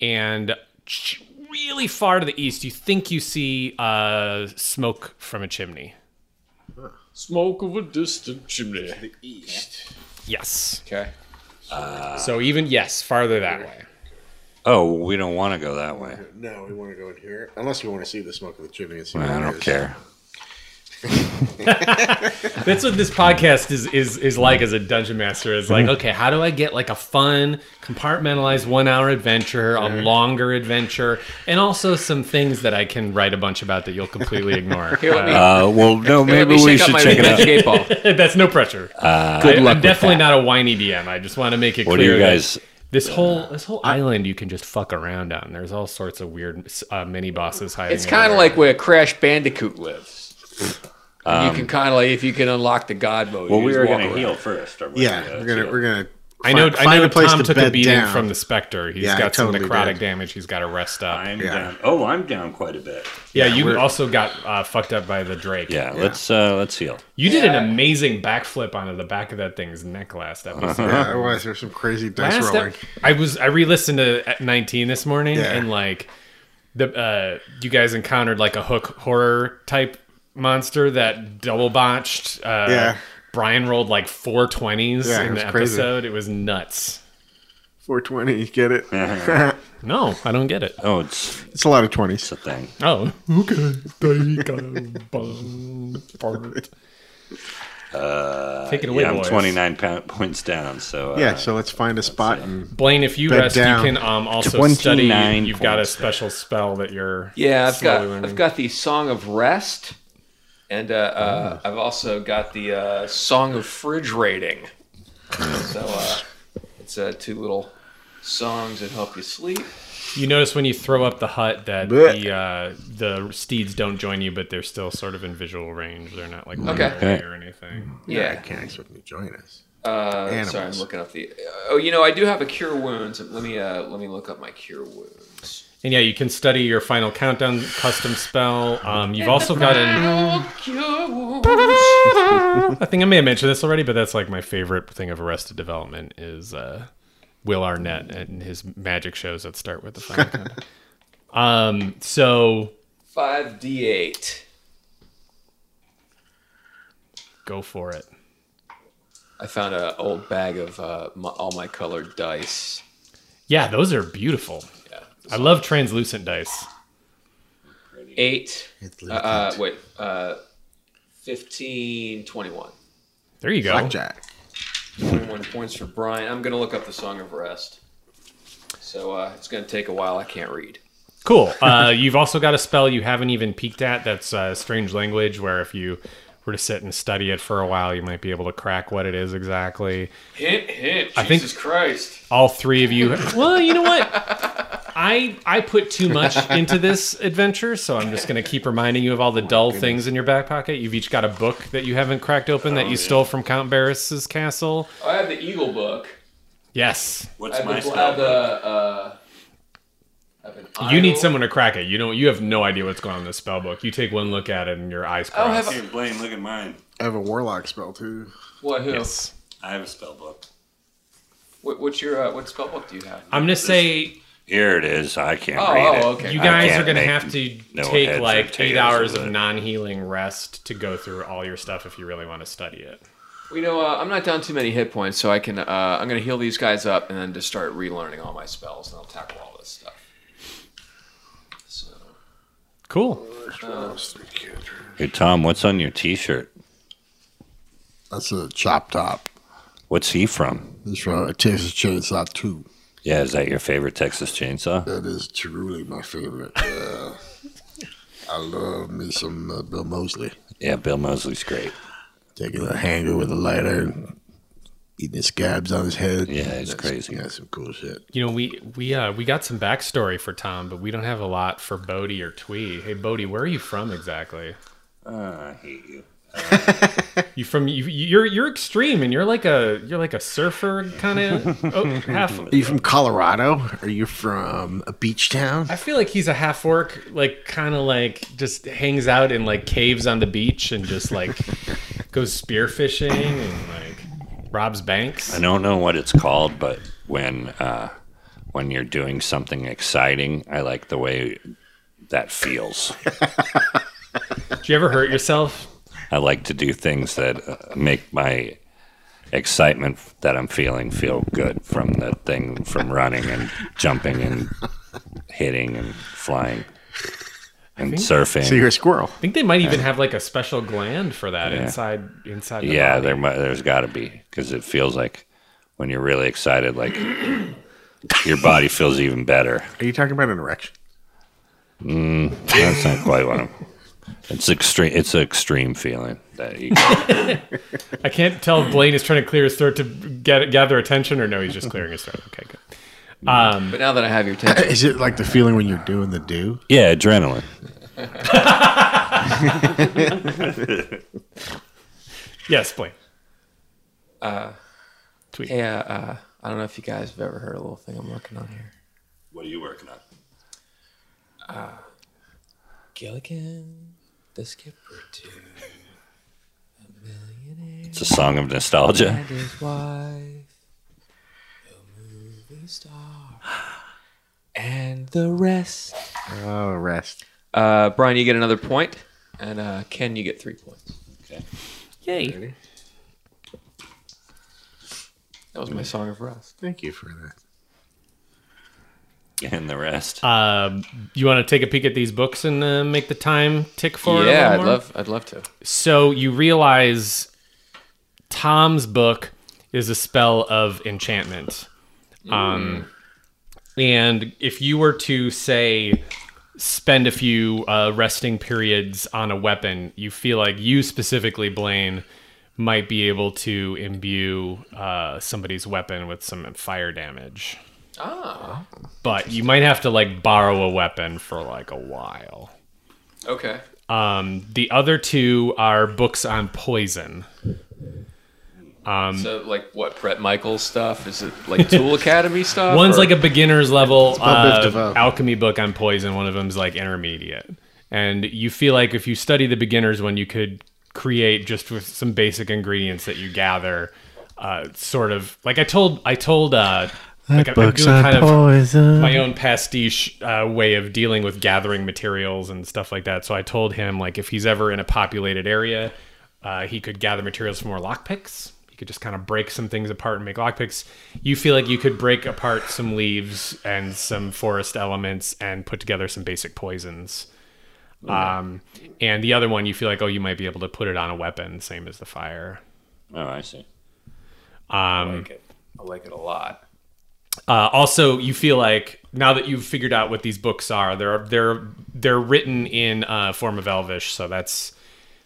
Speaker 3: And ch- really far to the east, you think you see uh, smoke from a chimney.
Speaker 4: smoke of a distant chimney.
Speaker 3: Yes.
Speaker 4: Okay.
Speaker 3: So even yes, farther that way.
Speaker 1: Oh, we don't want to go that way.
Speaker 2: No, we want to go in here. Unless you want to see the smoke of the chimney and see what
Speaker 1: I
Speaker 2: it
Speaker 1: don't
Speaker 2: is.
Speaker 1: care.
Speaker 3: That's what this podcast is is is like as a dungeon master. Is like, okay, how do I get like a fun compartmentalized one hour adventure, a longer adventure, and also some things that I can write a bunch about that you'll completely ignore.
Speaker 4: Here, let me,
Speaker 1: Uh, well, no,
Speaker 4: here, let
Speaker 1: maybe
Speaker 4: me
Speaker 1: we
Speaker 4: shake
Speaker 1: should
Speaker 4: out my
Speaker 1: check it out.
Speaker 4: skate ball.
Speaker 3: Uh, That's no pressure.
Speaker 4: Good
Speaker 3: I,
Speaker 4: luck.
Speaker 3: am
Speaker 4: with
Speaker 3: definitely
Speaker 4: that.
Speaker 3: not a whiny DM. I just want to make it
Speaker 1: What do
Speaker 3: clear.
Speaker 1: you
Speaker 3: that
Speaker 1: guys?
Speaker 3: This whole this whole island you can just fuck around on. There's all sorts of weird uh, mini bosses hiding.
Speaker 4: It's kind
Speaker 3: everywhere.
Speaker 4: of like where Crash Bandicoot lives. you can kind of like if you can unlock the God mode.
Speaker 1: Um, Well,
Speaker 4: you
Speaker 1: we
Speaker 4: just
Speaker 1: were
Speaker 4: walk
Speaker 1: gonna
Speaker 4: around.
Speaker 1: heal first. or we
Speaker 2: Yeah, we're gonna we're gonna.
Speaker 3: I know.
Speaker 2: fi-
Speaker 3: I know. Tom took a beating from the specter. He's
Speaker 2: Yeah, I
Speaker 3: got some
Speaker 2: totally
Speaker 3: necrotic
Speaker 2: did.
Speaker 3: damage. He's got to rest up.
Speaker 1: I'm
Speaker 2: Yeah.
Speaker 1: down. Oh, I'm down quite a bit.
Speaker 3: yeah,
Speaker 2: Yeah,
Speaker 3: you
Speaker 2: we're-
Speaker 3: also got uh, fucked up by the Drake.
Speaker 1: Yeah, let's uh, let's heal.
Speaker 3: You did an amazing backflip onto the back of that thing's neck last episode.
Speaker 1: Uh-huh.
Speaker 2: Yeah, otherwise there's some crazy dice
Speaker 3: Last
Speaker 2: rolling.
Speaker 3: ep- I was I re-listened to at 19 this morning
Speaker 2: Yeah.
Speaker 3: and like the uh you guys encountered like a hook horror type monster that double botched uh
Speaker 2: Yeah.
Speaker 3: Brian rolled like 420s
Speaker 2: Yeah, it
Speaker 3: in the
Speaker 2: was crazy.
Speaker 3: episode. It was nuts.
Speaker 2: 420, get it?
Speaker 3: No, I don't get it.
Speaker 1: Oh, it's
Speaker 2: it's a lot of 20s.
Speaker 1: the thing.
Speaker 3: Oh. Take it away,
Speaker 1: Yeah, I'm
Speaker 3: boys.
Speaker 1: 29 pound points down. So uh,
Speaker 2: Yeah, so let's find a spot and
Speaker 3: Blaine, if you
Speaker 2: Bed
Speaker 3: rest,
Speaker 2: down.
Speaker 3: you can um, also study.
Speaker 1: 29
Speaker 3: You've got a
Speaker 1: points.
Speaker 3: special spell that you're.
Speaker 4: Yeah, I've
Speaker 3: slowly
Speaker 4: got
Speaker 3: learning.
Speaker 4: I've got the Song of Rest, and uh, uh,
Speaker 2: Oh.
Speaker 4: I've also got the uh, Song of Fridgerating. so uh, it's uh, two little songs that help you sleep.
Speaker 3: You notice when you throw up the hut that
Speaker 2: Blech.
Speaker 3: the uh, the steeds don't join you, but they're still sort of in visual range. They're not like running
Speaker 4: Okay.
Speaker 3: away or anything.
Speaker 2: yeah, I
Speaker 4: Yeah.
Speaker 2: can't expect them to join us.
Speaker 4: Uh,
Speaker 2: Animals.
Speaker 4: sorry, I'm looking up the. Oh, you know, I do have a cure wounds. Let me uh, let me look up my cure wounds.
Speaker 3: And yeah, you can study your final countdown custom spell. Um, you've also got an.
Speaker 4: Cure wounds.
Speaker 3: I think I may have mentioned this already, but that's like my favorite thing of Arrested Development is uh, Will Arnett and his magic shows that start with the final countdown. Um, so
Speaker 4: Five D eight.
Speaker 3: go for it.
Speaker 4: I found an old bag of uh, my, all my colored dice.
Speaker 3: Yeah, those are beautiful.
Speaker 4: Yeah.
Speaker 3: I love translucent dice.
Speaker 4: Eight.
Speaker 2: It's
Speaker 4: Uh, uh, wait. Uh, 15, 21.
Speaker 3: There you go.
Speaker 2: Blackjack.
Speaker 4: 21 points for Brian. I'm going to look up the Song of Rest. So uh, it's going to take a while. I can't read.
Speaker 3: Cool. Uh, you've also got a spell you haven't even peeked at. That's uh, strange language, where if you were to sit and study it for a while, you might be able to crack what it is exactly.
Speaker 4: Hint, hint.
Speaker 3: I think-
Speaker 4: Christ.
Speaker 3: All three of you. Well, you know what? I I put too much into this adventure, so I'm just going to keep reminding you of all the dull things in your back pocket. You've each got a book that you haven't cracked open that you stole from Count Barris's castle.
Speaker 4: I have the eagle book.
Speaker 3: Yes.
Speaker 4: I
Speaker 1: What's
Speaker 4: have,
Speaker 1: my
Speaker 4: the, I have the.
Speaker 1: stuff?
Speaker 4: Uh, I have an
Speaker 3: You need
Speaker 4: idol.
Speaker 3: someone to crack it. You don't. You have no idea what's going on in this spell book. You take one look at it and your eyes
Speaker 4: I
Speaker 3: cross.
Speaker 4: don't Oh, have a,
Speaker 1: Here, Blaine, look at mine.
Speaker 2: I have a warlock spell too.
Speaker 4: what? Who?
Speaker 3: yes.
Speaker 1: I have a spell book.
Speaker 4: What, what's your uh, what spell book do you have?
Speaker 3: I'm gonna say
Speaker 1: Here it is. I can't
Speaker 4: Oh,
Speaker 1: read it.
Speaker 4: oh, okay.
Speaker 3: you
Speaker 4: I
Speaker 3: guys
Speaker 1: can't
Speaker 3: are gonna
Speaker 1: make
Speaker 3: have to
Speaker 1: no heads
Speaker 3: take
Speaker 1: or
Speaker 3: like eight
Speaker 1: tails
Speaker 3: hours
Speaker 1: of
Speaker 3: of
Speaker 1: it.
Speaker 3: non-healing rest to go through all your stuff if you really want to study it.
Speaker 4: You know, uh, I'm not down too many hit points, so I can. Uh, I'm gonna heal these guys up and then just start relearning all my spells, and I'll tackle all this stuff. So,
Speaker 3: Cool.
Speaker 1: Hey, Tom, what's on your t shirt?
Speaker 5: That's a chop top.
Speaker 1: What's he from?
Speaker 5: It's from a Texas Chainsaw 2.
Speaker 1: Yeah, is that your favorite Texas chainsaw?
Speaker 5: That is truly my favorite. Yeah. I love me some uh, Bill Mosley.
Speaker 1: Yeah, Bill Mosley's great.
Speaker 5: Taking a hanger with a lighter and eating the scabs on his head.
Speaker 1: Yeah, it's
Speaker 5: That's-
Speaker 1: crazy.
Speaker 5: Yeah, some cool shit.
Speaker 3: You know we we uh we got some backstory for Tom, but we don't have a lot for Bodie or Twee. Hey Bodie, where are you from exactly?
Speaker 1: Uh, I hate you.
Speaker 3: You from you, you're you're extreme and you're like a you're like a surfer kind of oh, half
Speaker 2: Are you from Colorado? Are you from a beach town?
Speaker 3: I feel like he's a half orc, like kind of like just hangs out in like caves on the beach and just like goes spear fishing and like robs banks.
Speaker 1: I don't know what it's called, but when uh, when you're doing something exciting, I like the way that feels.
Speaker 3: Did you ever hurt yourself?
Speaker 1: I like to do things that uh, make my excitement that I'm feeling feel good from the thing from running and jumping and hitting and flying and surfing.
Speaker 2: So you're a squirrel.
Speaker 3: I think they might even have like a special gland for that inside inside. The
Speaker 1: yeah,
Speaker 3: body.
Speaker 1: there mu- there's got to be because it feels like when you're really excited, like your body feels even better.
Speaker 2: Are you talking about an erection?
Speaker 1: That's not quite what I'm. It's extreme. It's an extreme feeling that you. Get.
Speaker 3: I can't tell if Blaine is trying to clear his throat to get gather attention or no, he's just clearing his throat. Okay, good.
Speaker 4: but now that I have your attention,
Speaker 2: Is it like the feeling when you're doing the do?
Speaker 1: Yeah, adrenaline.
Speaker 3: Yes, Blaine.
Speaker 4: yeah, uh, I don't know if you guys have ever heard a little thing I'm working on here.
Speaker 1: What are you working on?
Speaker 4: Gilligan, the skipper too. A millionaire
Speaker 1: It's a song of nostalgia.
Speaker 4: and his wife, a movie star, and the rest.
Speaker 2: Oh, rest.
Speaker 4: Uh, Brian, you get another point, and uh, Ken, you get three points.
Speaker 6: Yay.
Speaker 4: That was my song of rest.
Speaker 2: Thank you for that.
Speaker 1: And the rest.
Speaker 3: Um, you want to take a peek at these books and uh, make the time tick for it? a
Speaker 4: yeah,
Speaker 3: little
Speaker 4: I'd
Speaker 3: more?
Speaker 4: love, I'd love to.
Speaker 3: So you realize Tom's book is a spell of enchantment. Um, and if you were to say spend a few uh, resting periods on a weapon, you feel like you specifically, Blaine, might be able to imbue uh, somebody's weapon with some fire damage.
Speaker 4: Ah,
Speaker 3: But you might have to like borrow a weapon for like a while.
Speaker 4: okay.
Speaker 3: Um, the other two are books on poison. Um,
Speaker 4: So, like, what Brett Michaels stuff? Is it like Tool Academy stuff?
Speaker 3: One's
Speaker 4: or-
Speaker 3: like a beginner's level
Speaker 2: about Biv
Speaker 3: uh,
Speaker 2: DeVoe.
Speaker 3: alchemy book on poison. One of them's like intermediate, and you feel like if you study the beginner's one, you could create just with some basic ingredients that you gather, uh, sort of like I told I told uh, like I- I'm
Speaker 2: book's
Speaker 3: doing
Speaker 2: on
Speaker 3: kind of
Speaker 2: poison.
Speaker 3: my own pastiche uh, way of dealing with gathering materials and stuff like that. So I told him like if he's ever in a populated area, uh, he could gather materials from more lockpicks. He could just kind of break some things apart and make lockpicks. You feel like you could break apart some leaves and some forest elements and put together some basic poisons. Um, and the other one, you feel like oh, you might be able to put it on a weapon, same as the fire. Um,
Speaker 1: Oh, I see.
Speaker 4: I like it. I like it a lot.
Speaker 3: Uh, also, you feel like now that you've figured out what these books are, they're they're they're written in uh, form of Elvish, so that's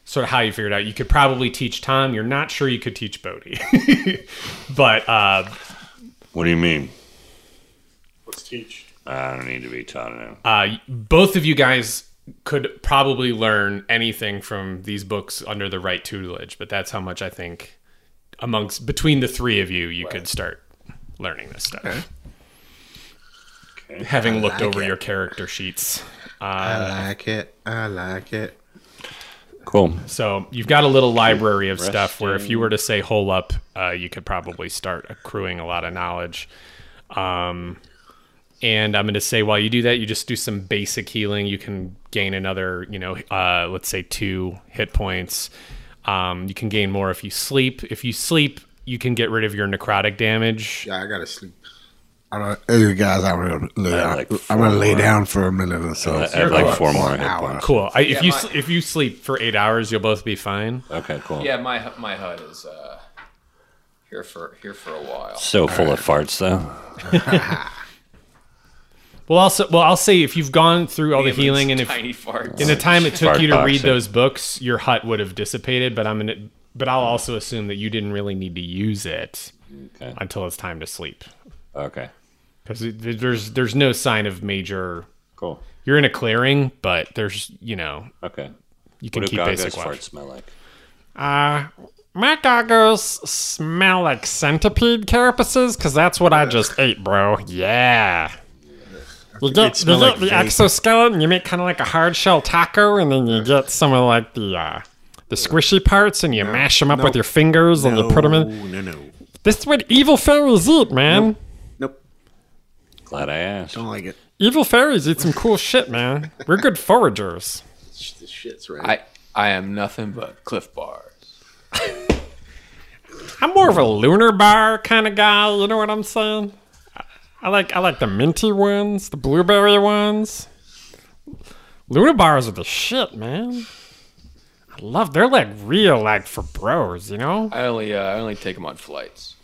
Speaker 3: sort of how you figured out. You could probably teach Tom. You're not sure you could teach Bodhi, but uh,
Speaker 1: What do you mean?
Speaker 2: Let's teach.
Speaker 1: I don't need to be taught now.
Speaker 3: uh, both of you guys could probably learn anything from these books under the right tutelage. But that's how much I think amongst between the three of you, you could start learning this stuff.
Speaker 1: Okay.
Speaker 3: Having looked over your character sheets.
Speaker 2: I like it. I like it.
Speaker 1: cool.
Speaker 3: So you've got a little library of stuff where if you were to say hole up, uh, you could probably start accruing a lot of knowledge. Um, and I'm going to say while you do that, you just do some basic healing. You can gain another, you know, uh, let's say two hit points. Um, you can gain more if you sleep. If you sleep, you can get rid of your necrotic damage.
Speaker 2: Yeah, I gotta sleep.
Speaker 5: I don't, hey guys, I'm gonna lay,
Speaker 1: I
Speaker 5: I
Speaker 1: like
Speaker 5: am gonna lay
Speaker 1: four.
Speaker 5: down for a minute or so.
Speaker 1: I have like four more hit
Speaker 5: Hour.
Speaker 1: points.
Speaker 3: Cool. I, if you s if you sleep for eight hours, you'll both be fine.
Speaker 1: Okay, cool.
Speaker 4: Yeah, my hu- my HUD is uh, here for here for a while.
Speaker 1: So full of farts, though.
Speaker 3: Well, also, well, I'll say if you've gone through all the
Speaker 4: Humans,
Speaker 3: healing and if
Speaker 4: tiny farts.
Speaker 3: in the time it took
Speaker 1: Fart
Speaker 3: you to read
Speaker 1: boxing.
Speaker 3: those books, your hut would have dissipated. But I'm gonna, but I'll also assume that you didn't really need to use it
Speaker 1: Okay.
Speaker 3: until it's time to sleep,
Speaker 1: Okay.
Speaker 3: because there's there's no sign of major.
Speaker 1: Cool.
Speaker 3: You're in a clearing, but there's you know
Speaker 1: Okay.
Speaker 3: you can
Speaker 1: What do
Speaker 3: keep
Speaker 1: Gaga's
Speaker 3: basic
Speaker 1: farts
Speaker 3: watch.
Speaker 1: smell like?
Speaker 3: Uh, my goggles smell like centipede carapaces, because that's what I just ate, bro. Yeah. You get, you
Speaker 2: smell
Speaker 3: get
Speaker 2: like
Speaker 3: the
Speaker 2: vape.
Speaker 3: exoskeleton, you make kind of like a hard shell taco, and then you get some of like the uh, the squishy parts, and you mash them up with your fingers, and you put them in.
Speaker 2: No, no, no.
Speaker 3: This is what evil fairies eat, man.
Speaker 2: Nope.
Speaker 1: Glad I asked.
Speaker 2: Don't like it.
Speaker 3: Evil fairies eat some cool shit, man. We're good foragers.
Speaker 2: This shit's right.
Speaker 4: I I am nothing but Cliff Bars.
Speaker 3: I'm more of a lunar bar kind of guy. You know what I'm saying? I, I like I like the minty ones, the blueberry ones. Lunar bars are the shit, man. I love. They're like real, like for bros. You know.
Speaker 4: I only uh, I only take them on flights.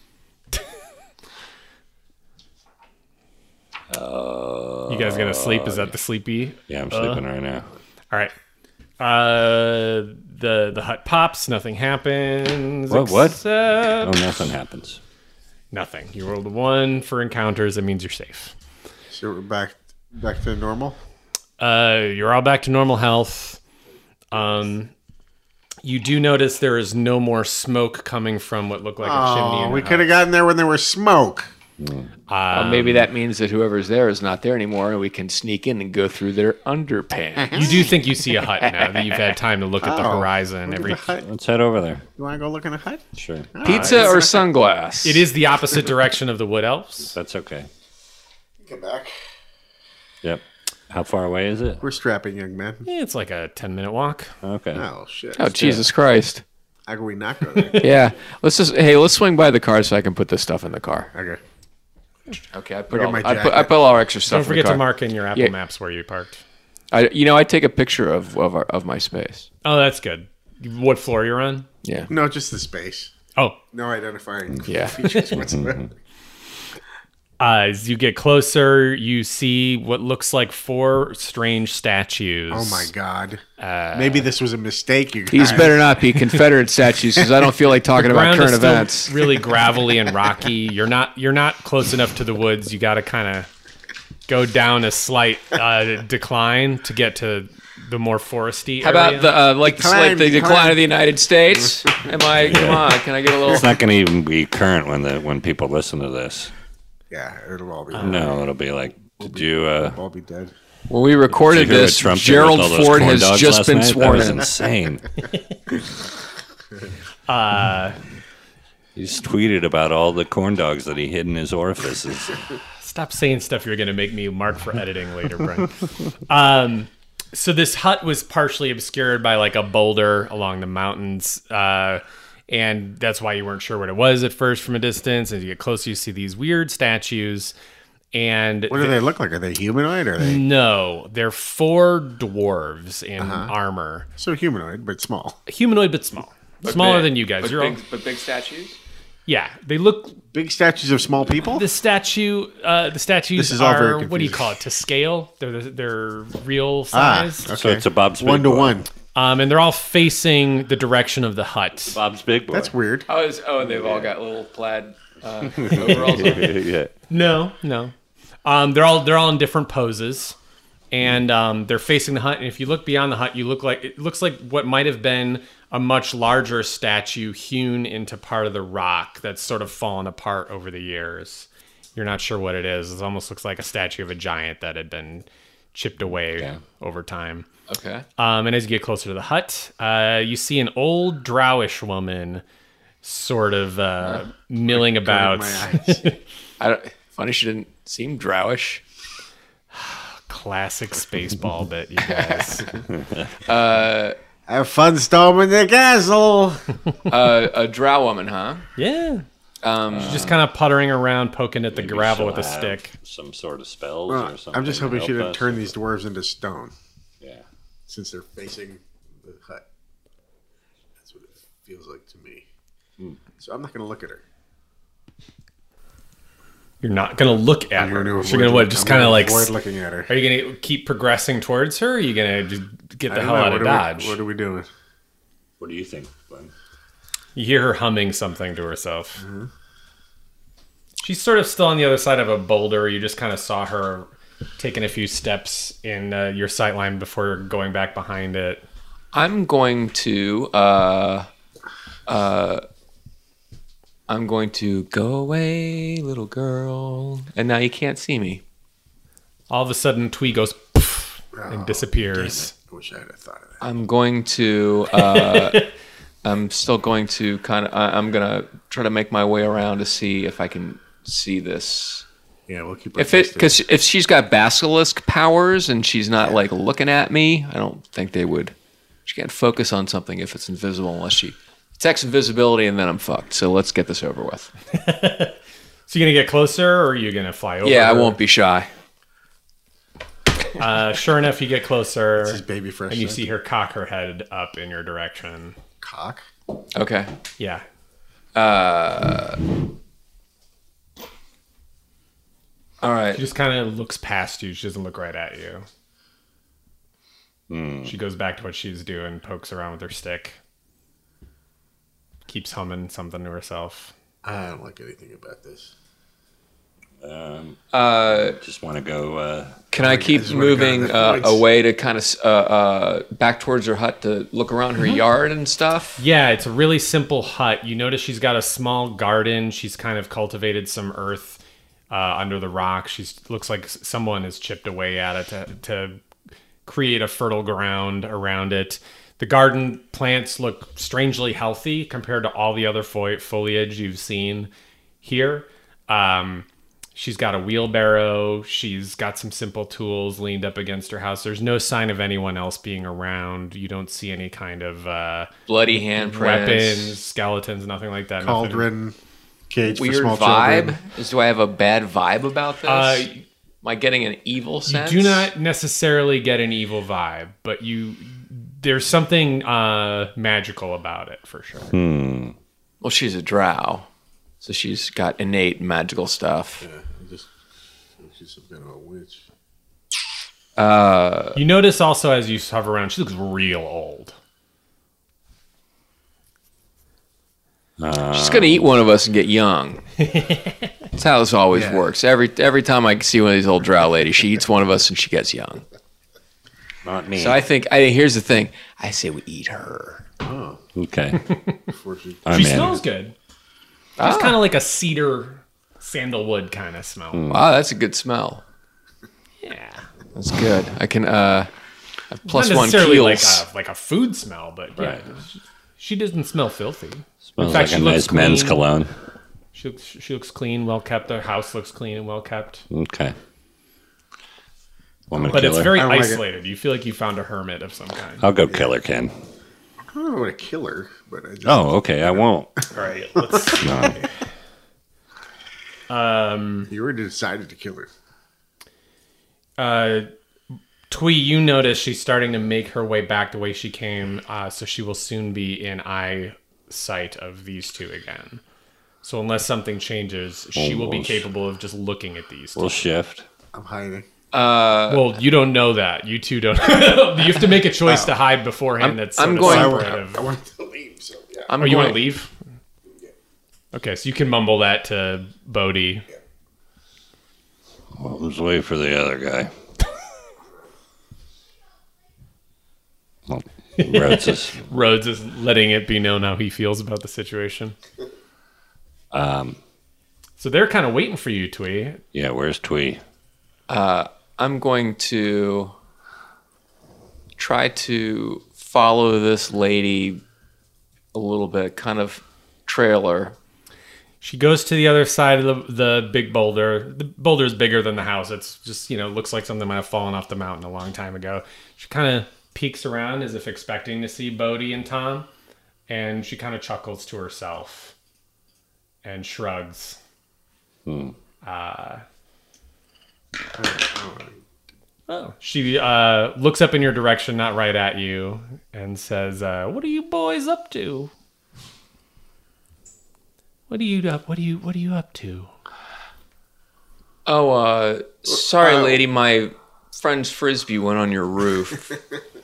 Speaker 3: You guys gonna sleep? Is that the sleepy?
Speaker 1: Yeah, I'm sleeping right now.
Speaker 3: All right. Uh, the the hut pops. Nothing happens.
Speaker 1: What, what?
Speaker 3: except-
Speaker 1: Oh, nothing happens.
Speaker 3: Nothing. You rolled a one for encounters. That means you're safe.
Speaker 2: So we're back back to normal.
Speaker 3: uh, you're all back to normal health. Um, you do notice there is no more smoke coming from what looked like a chimney.
Speaker 2: Oh,
Speaker 3: in
Speaker 2: we
Speaker 3: the
Speaker 2: could have gotten there when there was smoke.
Speaker 4: Well,
Speaker 3: Um,
Speaker 4: maybe that means that whoever's there is not there anymore, and we can sneak in and go through their underpants.
Speaker 3: house. You do think you see a hut now that you've had time to look at the
Speaker 2: Oh,
Speaker 3: horizon.
Speaker 2: Look at
Speaker 3: Every
Speaker 2: the hut.
Speaker 1: Let's head over there.
Speaker 2: You want to go look in the hut?
Speaker 1: Sure.
Speaker 4: Pizza or sunglass?
Speaker 3: it is the opposite direction of the wood elves.
Speaker 1: That's okay.
Speaker 2: Get back.
Speaker 1: Yep. How far away is it?
Speaker 2: We're strapping, young man.
Speaker 3: Eh, It's like a ten minute walk.
Speaker 1: Okay.
Speaker 2: Oh shit!
Speaker 4: Oh Jesus Christ!
Speaker 2: How can we not go there?
Speaker 4: Yeah, let's just hey, let's swing by the car so I can put this stuff in the car.
Speaker 2: okay.
Speaker 4: Okay, I put
Speaker 2: at
Speaker 4: all,
Speaker 2: my
Speaker 4: I put, I
Speaker 2: jacket.
Speaker 4: put all our extra stuff.
Speaker 3: Don't forget
Speaker 4: in the
Speaker 3: to
Speaker 4: car.
Speaker 3: mark in your Apple
Speaker 4: Yeah.
Speaker 3: Maps where you parked.
Speaker 4: I, you know, I take a picture of of, our, of my space.
Speaker 3: Oh, that's good. What floor you're on?
Speaker 4: Yeah,
Speaker 2: No, just the space.
Speaker 3: Oh,
Speaker 2: No identifying
Speaker 4: Yeah.
Speaker 2: features whatsoever.
Speaker 3: uh, as you get closer, you see what looks like four strange statues.
Speaker 2: oh my god!
Speaker 3: Uh,
Speaker 2: Maybe this was a mistake. You
Speaker 4: these
Speaker 2: guys.
Speaker 4: better not be Confederate statues because I don't feel like talking
Speaker 3: ground
Speaker 4: about current
Speaker 3: is still
Speaker 4: events.
Speaker 3: really gravelly and rocky. You're not you're not close enough to the woods. You got to kind of go down a slight uh, decline to get to the more foresty.
Speaker 4: How about the uh, like the,
Speaker 2: Decline,
Speaker 4: slight the decline
Speaker 2: decline.
Speaker 4: of the United States? Am I? Come on, can I get a
Speaker 1: It's
Speaker 4: little?
Speaker 1: not going to even be current when the when people listen to this.
Speaker 2: Yeah, it'll all be
Speaker 3: Uh,
Speaker 1: No, it'll be like, did you uh,
Speaker 2: all be dead.
Speaker 4: When we
Speaker 1: did you
Speaker 4: recorded
Speaker 1: hear what
Speaker 4: this,
Speaker 1: Trump did
Speaker 4: Gerald
Speaker 1: with all those
Speaker 4: Ford
Speaker 1: corn
Speaker 4: has
Speaker 1: dogs
Speaker 4: just
Speaker 1: last
Speaker 4: been
Speaker 1: night? That
Speaker 4: sworn
Speaker 1: was
Speaker 4: in.
Speaker 1: insane. He's tweeted about all the corn dogs that he hid in his orifices.
Speaker 3: Stop saying stuff you're going to make me mark for editing later, Brian. um, so this hut was partially obscured by like a boulder along the mountains, uh, and that's why you weren't sure what it was at first from a distance. As you get closer, you see these weird statues, and
Speaker 2: What do they look like? Are they humanoid? Are they
Speaker 3: No, they're four dwarves in
Speaker 2: Uh-huh.
Speaker 3: armor,
Speaker 2: so humanoid but small?
Speaker 3: humanoid but small, smaller than you guys. You're all,
Speaker 4: but big statues.
Speaker 3: yeah, they look.
Speaker 2: Big statues of small people.
Speaker 3: The statue, uh, the statues
Speaker 2: This is all very
Speaker 3: are what do you
Speaker 2: confusing. Ah,
Speaker 3: call it to scale? They're they're real size.
Speaker 2: okay.
Speaker 1: So it's a Bob's Big
Speaker 2: one to
Speaker 1: Boy.
Speaker 2: one.
Speaker 3: Um, and they're all facing the direction of the hut.
Speaker 7: Bob's Big Boy.
Speaker 2: That's weird.
Speaker 4: Oh, is, oh, and they've all got little plaid uh, overalls. on.
Speaker 7: yeah.
Speaker 3: No, no. Um, they're all they're all in different poses, and um, they're facing the hut. And if you look beyond the hut, you look like it looks like what might have been a much larger statue hewn into part of the rock that's sort of fallen apart over the years. You're not sure what it is. It almost looks like a statue of a giant that had been chipped away over time.
Speaker 4: Okay.
Speaker 3: Um, and as you get closer to the hut, uh, you see an old drowish woman sort of uh, milling about.
Speaker 2: My eyes.
Speaker 4: I don't, funny she didn't seem drowish.
Speaker 3: Classic spaceball bit, you guys.
Speaker 2: Have fun storming the castle.
Speaker 4: Uh, a drow woman, huh?
Speaker 3: yeah.
Speaker 4: Um,
Speaker 3: Just kind of puttering around, poking at the
Speaker 7: Maybe
Speaker 3: gravel
Speaker 7: she'll
Speaker 3: with a
Speaker 7: have
Speaker 3: stick.
Speaker 7: Some sort of spells or
Speaker 2: Well,
Speaker 7: something.
Speaker 2: I'm just
Speaker 7: to
Speaker 2: hoping she
Speaker 7: help
Speaker 2: didn't
Speaker 7: us.
Speaker 2: turn these dwarves into stone
Speaker 7: Yeah.
Speaker 2: since they're facing the hut. That's what it feels like to me.
Speaker 7: Hmm.
Speaker 2: So I'm not going to look at her.
Speaker 3: You're not going to look at
Speaker 2: I'm
Speaker 3: her.
Speaker 2: gonna
Speaker 3: You're
Speaker 2: avoid
Speaker 3: going to
Speaker 2: it.
Speaker 3: what? Just
Speaker 2: I'm
Speaker 3: kind
Speaker 2: gonna
Speaker 3: of like.
Speaker 2: avoid looking at her.
Speaker 3: Are you going to keep progressing towards her? Or are you going to get the hell out of
Speaker 2: what,
Speaker 3: dodge?
Speaker 2: are we, what are we doing?
Speaker 7: What do you think, Glenn?
Speaker 3: You hear her humming something to herself. She's sort of still on the other side of a boulder. You just kind of saw her taking a few steps in uh, your sight line before going back behind it.
Speaker 4: I'm going to. Uh, uh, I'm going to go away, little girl, and now you can't see me.
Speaker 3: All of a sudden, Twee goes poof and disappears.
Speaker 2: I wish I had thought of that.
Speaker 4: I'm going to. Uh, I'm still going to kind of. I'm gonna try to make my way around to see if I can see this.
Speaker 2: Yeah, we'll keep.
Speaker 4: If it because if she's got basilisk powers and she's not like looking at me, I don't think they would. She can't focus on something if it's invisible unless she detects invisibility, and then I'm fucked. So let's get this over with.
Speaker 3: So you gonna get closer, or are you gonna fly over?
Speaker 4: Yeah, I
Speaker 3: her?
Speaker 4: won't be shy.
Speaker 3: Uh, sure enough, you get closer,
Speaker 2: This is baby fresh.
Speaker 3: and you
Speaker 2: scent.
Speaker 3: see her cock her head up in your direction.
Speaker 2: cock.
Speaker 4: Okay.
Speaker 3: Yeah,
Speaker 4: All
Speaker 3: she
Speaker 4: right.
Speaker 3: just kind of looks past you. She doesn't look right at you.
Speaker 2: Hmm.
Speaker 3: She goes back to what she's doing, pokes around with her stick, keeps humming something to herself.
Speaker 2: I don't like anything about this.
Speaker 7: Just want to go. Uh,
Speaker 4: Can I keep
Speaker 2: just wanna go to
Speaker 4: moving
Speaker 2: the
Speaker 4: uh,
Speaker 2: points.
Speaker 4: away to kind of uh, uh, back towards her hut to look around
Speaker 3: Mm-hmm.
Speaker 4: her yard and stuff?
Speaker 3: Yeah, it's a really simple hut. You notice she's got a small garden. She's kind of cultivated some earth uh, under the rock. She's looks like s- someone has chipped away at it to, to create a fertile ground around it. The garden plants look strangely healthy compared to all the other fo- foliage you've seen here. Um, she's got a wheelbarrow. She's got some simple tools leaned up against her house. There's no sign of anyone else being around. You don't see any kind of uh,
Speaker 4: Bloody handprints.
Speaker 3: weapons, skeletons, nothing like that. nothing-
Speaker 2: Cauldron, cage for
Speaker 4: Weird
Speaker 2: small
Speaker 4: vibe.
Speaker 2: children.
Speaker 4: Is do I have a bad vibe about this?
Speaker 3: Uh,
Speaker 4: Am I getting an evil
Speaker 3: you
Speaker 4: sense?
Speaker 3: do not necessarily get an evil vibe, but you there's something uh, magical about it for sure.
Speaker 7: Hmm.
Speaker 4: Well, she's a drow, so she's got innate magical stuff.
Speaker 2: Yeah, I'm just she's some kind of a witch.
Speaker 3: You notice also as you hover around, she looks real old. Oh.
Speaker 4: She's gonna eat one of us and get young. That's how this always
Speaker 2: Yeah.
Speaker 4: works. Every every time I see one of these old drow ladies, she eats one of us and she gets young.
Speaker 7: not me.
Speaker 4: So I think I here's the thing. I say we eat her.
Speaker 7: okay.
Speaker 2: Before she
Speaker 7: I'm
Speaker 3: She
Speaker 7: in.
Speaker 3: smells good.
Speaker 2: Ah.
Speaker 3: It's kind of like a cedar, sandalwood kind of smell.
Speaker 7: Hmm.
Speaker 4: Wow, that's a good smell.
Speaker 3: Mm. Yeah,
Speaker 4: That's good. I can uh I have plus
Speaker 3: not
Speaker 4: one
Speaker 3: necessarily
Speaker 4: keels.
Speaker 3: like a like a food smell, but
Speaker 7: Right.
Speaker 3: yeah, she, she doesn't smell filthy.
Speaker 7: Smells
Speaker 3: fact,
Speaker 7: like
Speaker 3: she
Speaker 7: a
Speaker 3: looks
Speaker 7: nice men's
Speaker 3: clean.
Speaker 7: cologne.
Speaker 3: She looks she looks clean, well kept. Her house looks clean and well kept.
Speaker 7: Okay. Woman
Speaker 3: But
Speaker 7: killer.
Speaker 3: it's very
Speaker 2: I don't like it.
Speaker 3: isolated. you feel like you found a hermit of some kind.
Speaker 7: I'll go killer Ken.
Speaker 2: I don't know what a killer, but I just,
Speaker 7: Oh, okay. I won't.
Speaker 3: All right, let's see.
Speaker 2: you already decided to kill her.
Speaker 3: Uh, Twee, you notice she's starting to make her way back the way she came, uh, so she will soon be in eyesight of these two again. So unless something changes, she will be
Speaker 7: Almost.
Speaker 3: capable of just looking at these two.
Speaker 7: We'll shift.
Speaker 2: I'm hiding.
Speaker 3: uh,
Speaker 4: Uh,
Speaker 3: well, you don't know that. You two don't. you have to make a choice to hide beforehand.
Speaker 4: I'm-
Speaker 3: that's sort
Speaker 4: I'm
Speaker 3: of
Speaker 4: going-
Speaker 2: I,
Speaker 3: separate
Speaker 2: wa-
Speaker 3: of-
Speaker 2: I wanted to leave, so yeah.
Speaker 4: I'm
Speaker 3: Oh, you want to
Speaker 4: going-
Speaker 3: leave? Okay, so you can mumble that to Bodhi.
Speaker 1: Well, let's wait for the other guy. well, Rhodes is,
Speaker 3: Rhodes is letting it be known how he feels about the situation.
Speaker 1: um,
Speaker 3: So they're kind of waiting for you, Twee.
Speaker 1: yeah, where's Twee?
Speaker 4: I'm going to try to follow this lady a little bit, kind of trailer.
Speaker 3: She goes to the other side of the, the big boulder. The boulder is bigger than the house. It's just, you know, looks like something might have fallen off the mountain a long time ago. She kind of peeks around as if expecting to see Bodhi and Tom, and she kind of chuckles to herself and shrugs. Uh, oh. She uh, looks up in your direction, not right at you, and says, uh, What are you boys up to? What are you up? What are you? What are you up to?
Speaker 4: Oh, uh, sorry, lady, my friend's frisbee went on your roof.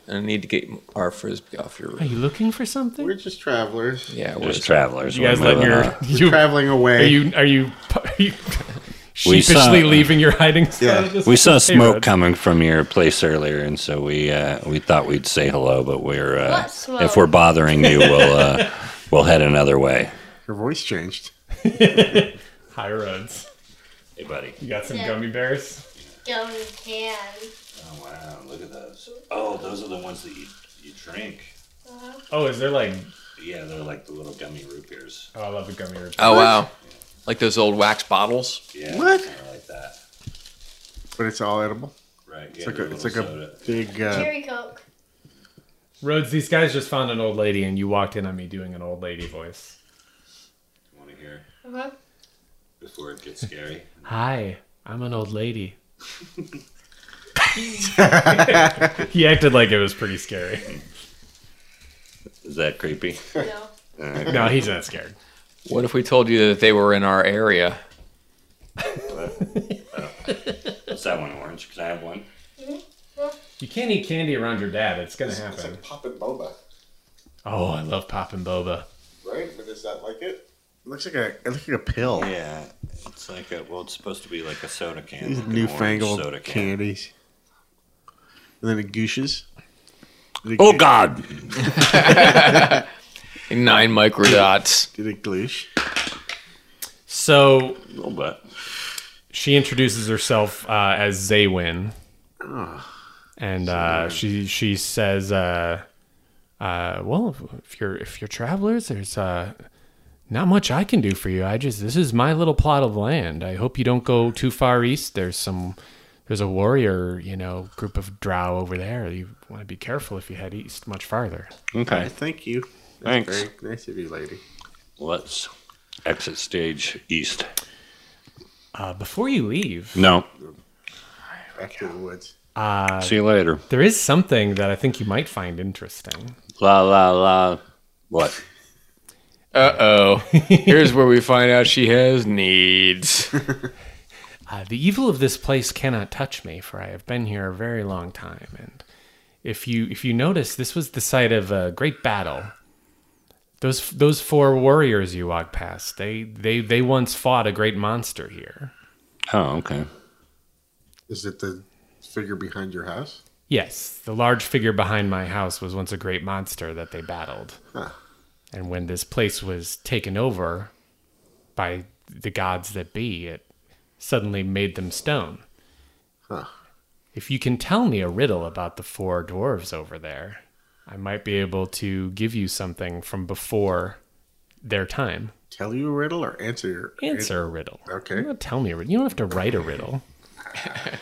Speaker 4: and I need to get our frisbee off your
Speaker 3: Are
Speaker 4: roof.
Speaker 3: you looking for something?
Speaker 2: We're just travelers.
Speaker 4: Yeah,
Speaker 1: Just
Speaker 4: where's
Speaker 1: travelers.
Speaker 3: You guys letting your you are
Speaker 2: Traveling away.
Speaker 3: you are you, are you
Speaker 1: We saw-
Speaker 3: sheepishly leaving your hiding spot?
Speaker 2: Yeah.
Speaker 3: at this
Speaker 1: We saw
Speaker 3: point? Hey,
Speaker 1: smoke
Speaker 3: Rhodes.
Speaker 1: coming from your place earlier, and so we uh, we thought we'd say hello, but we're uh,
Speaker 8: What smoke?
Speaker 1: if we're bothering you, we'll uh, we'll head another way.
Speaker 2: Your voice changed.
Speaker 3: Hi, Rhodes.
Speaker 1: Hey, buddy.
Speaker 3: You got some
Speaker 8: Yeah.
Speaker 3: gummy bears.
Speaker 8: Go in can.
Speaker 1: Oh wow, look at those. Oh, those are the ones that you you drink.
Speaker 3: Oh, is there like?
Speaker 1: Yeah, they're like the little gummy root beers.
Speaker 3: Oh, I love the gummy bears.
Speaker 4: Oh, wow. Like those old wax bottles?
Speaker 1: Yeah,
Speaker 2: What?
Speaker 1: kinda like that.
Speaker 2: But it's all edible.
Speaker 1: Right.
Speaker 2: It's like a, it's like a big. Uh,
Speaker 8: Cherry Coke.
Speaker 3: Rhodes, these guys just found an old lady, and you walked in on me doing an old lady voice.
Speaker 1: Want to hear
Speaker 8: Uh-huh.
Speaker 1: before it gets scary?
Speaker 3: Hi, I'm an old lady. he acted like it was pretty scary.
Speaker 1: Is that creepy?
Speaker 8: No.
Speaker 3: No, he's not scared.
Speaker 4: What if we told you that they were in our area?
Speaker 1: What's that one orange? Can I have one?
Speaker 3: You can't eat candy around your dad. It's gonna happen.
Speaker 2: popping boba,
Speaker 3: Oh, I love popping boba.
Speaker 2: right? But is that like it? It looks like a it looks like a pill.
Speaker 1: Yeah, it's like a well, it's supposed to be like a soda can,
Speaker 2: These
Speaker 1: like an orange
Speaker 2: newfangled
Speaker 1: soda can.
Speaker 2: candies. And then the gooshes. The
Speaker 1: Oh
Speaker 2: goo-
Speaker 1: God!
Speaker 4: Nine microdots.
Speaker 2: Did a gloosh.
Speaker 3: So
Speaker 1: A little bit.
Speaker 3: she introduces herself uh, as Zaywin, and uh, she she says, uh, uh, "Well, if- if you're if you're travelers, there's uh, not much I can do for you. I just this is my little plot of land. I hope you don't go too far east. There's some." There's a warrior, you know, group of drow over there. You want to be careful if you head east much farther.
Speaker 1: Okay,
Speaker 2: Thank you.
Speaker 1: Thanks.
Speaker 2: Very nice of you, lady.
Speaker 1: let's exit stage east.
Speaker 3: Uh, before you leave,
Speaker 1: No,
Speaker 2: Back to the woods.
Speaker 1: see you later.
Speaker 3: There is something that I think you might find interesting.
Speaker 1: La la la. What?
Speaker 4: Uh oh. Here's where we find out she has needs.
Speaker 3: Uh, the evil of this place cannot touch me, for I have been here a very long time. And if you if you notice, this was the site of a great battle. Those those four warriors you walked past, they they they once fought a great monster here.
Speaker 1: Oh, okay.
Speaker 2: Is it the figure behind your house?
Speaker 3: Yes, the large figure behind my house was once a great monster that they battled.
Speaker 2: Huh.
Speaker 3: And when this place was taken over by the gods that be, it suddenly made them stone.
Speaker 2: Huh.
Speaker 3: If you can tell me a riddle about the four dwarves over there, I might be able to give you something from before their time.
Speaker 2: Tell you a riddle or answer your
Speaker 3: Answer a riddle.
Speaker 2: Okay.
Speaker 3: You don't tell me a riddle. You don't have to write a riddle.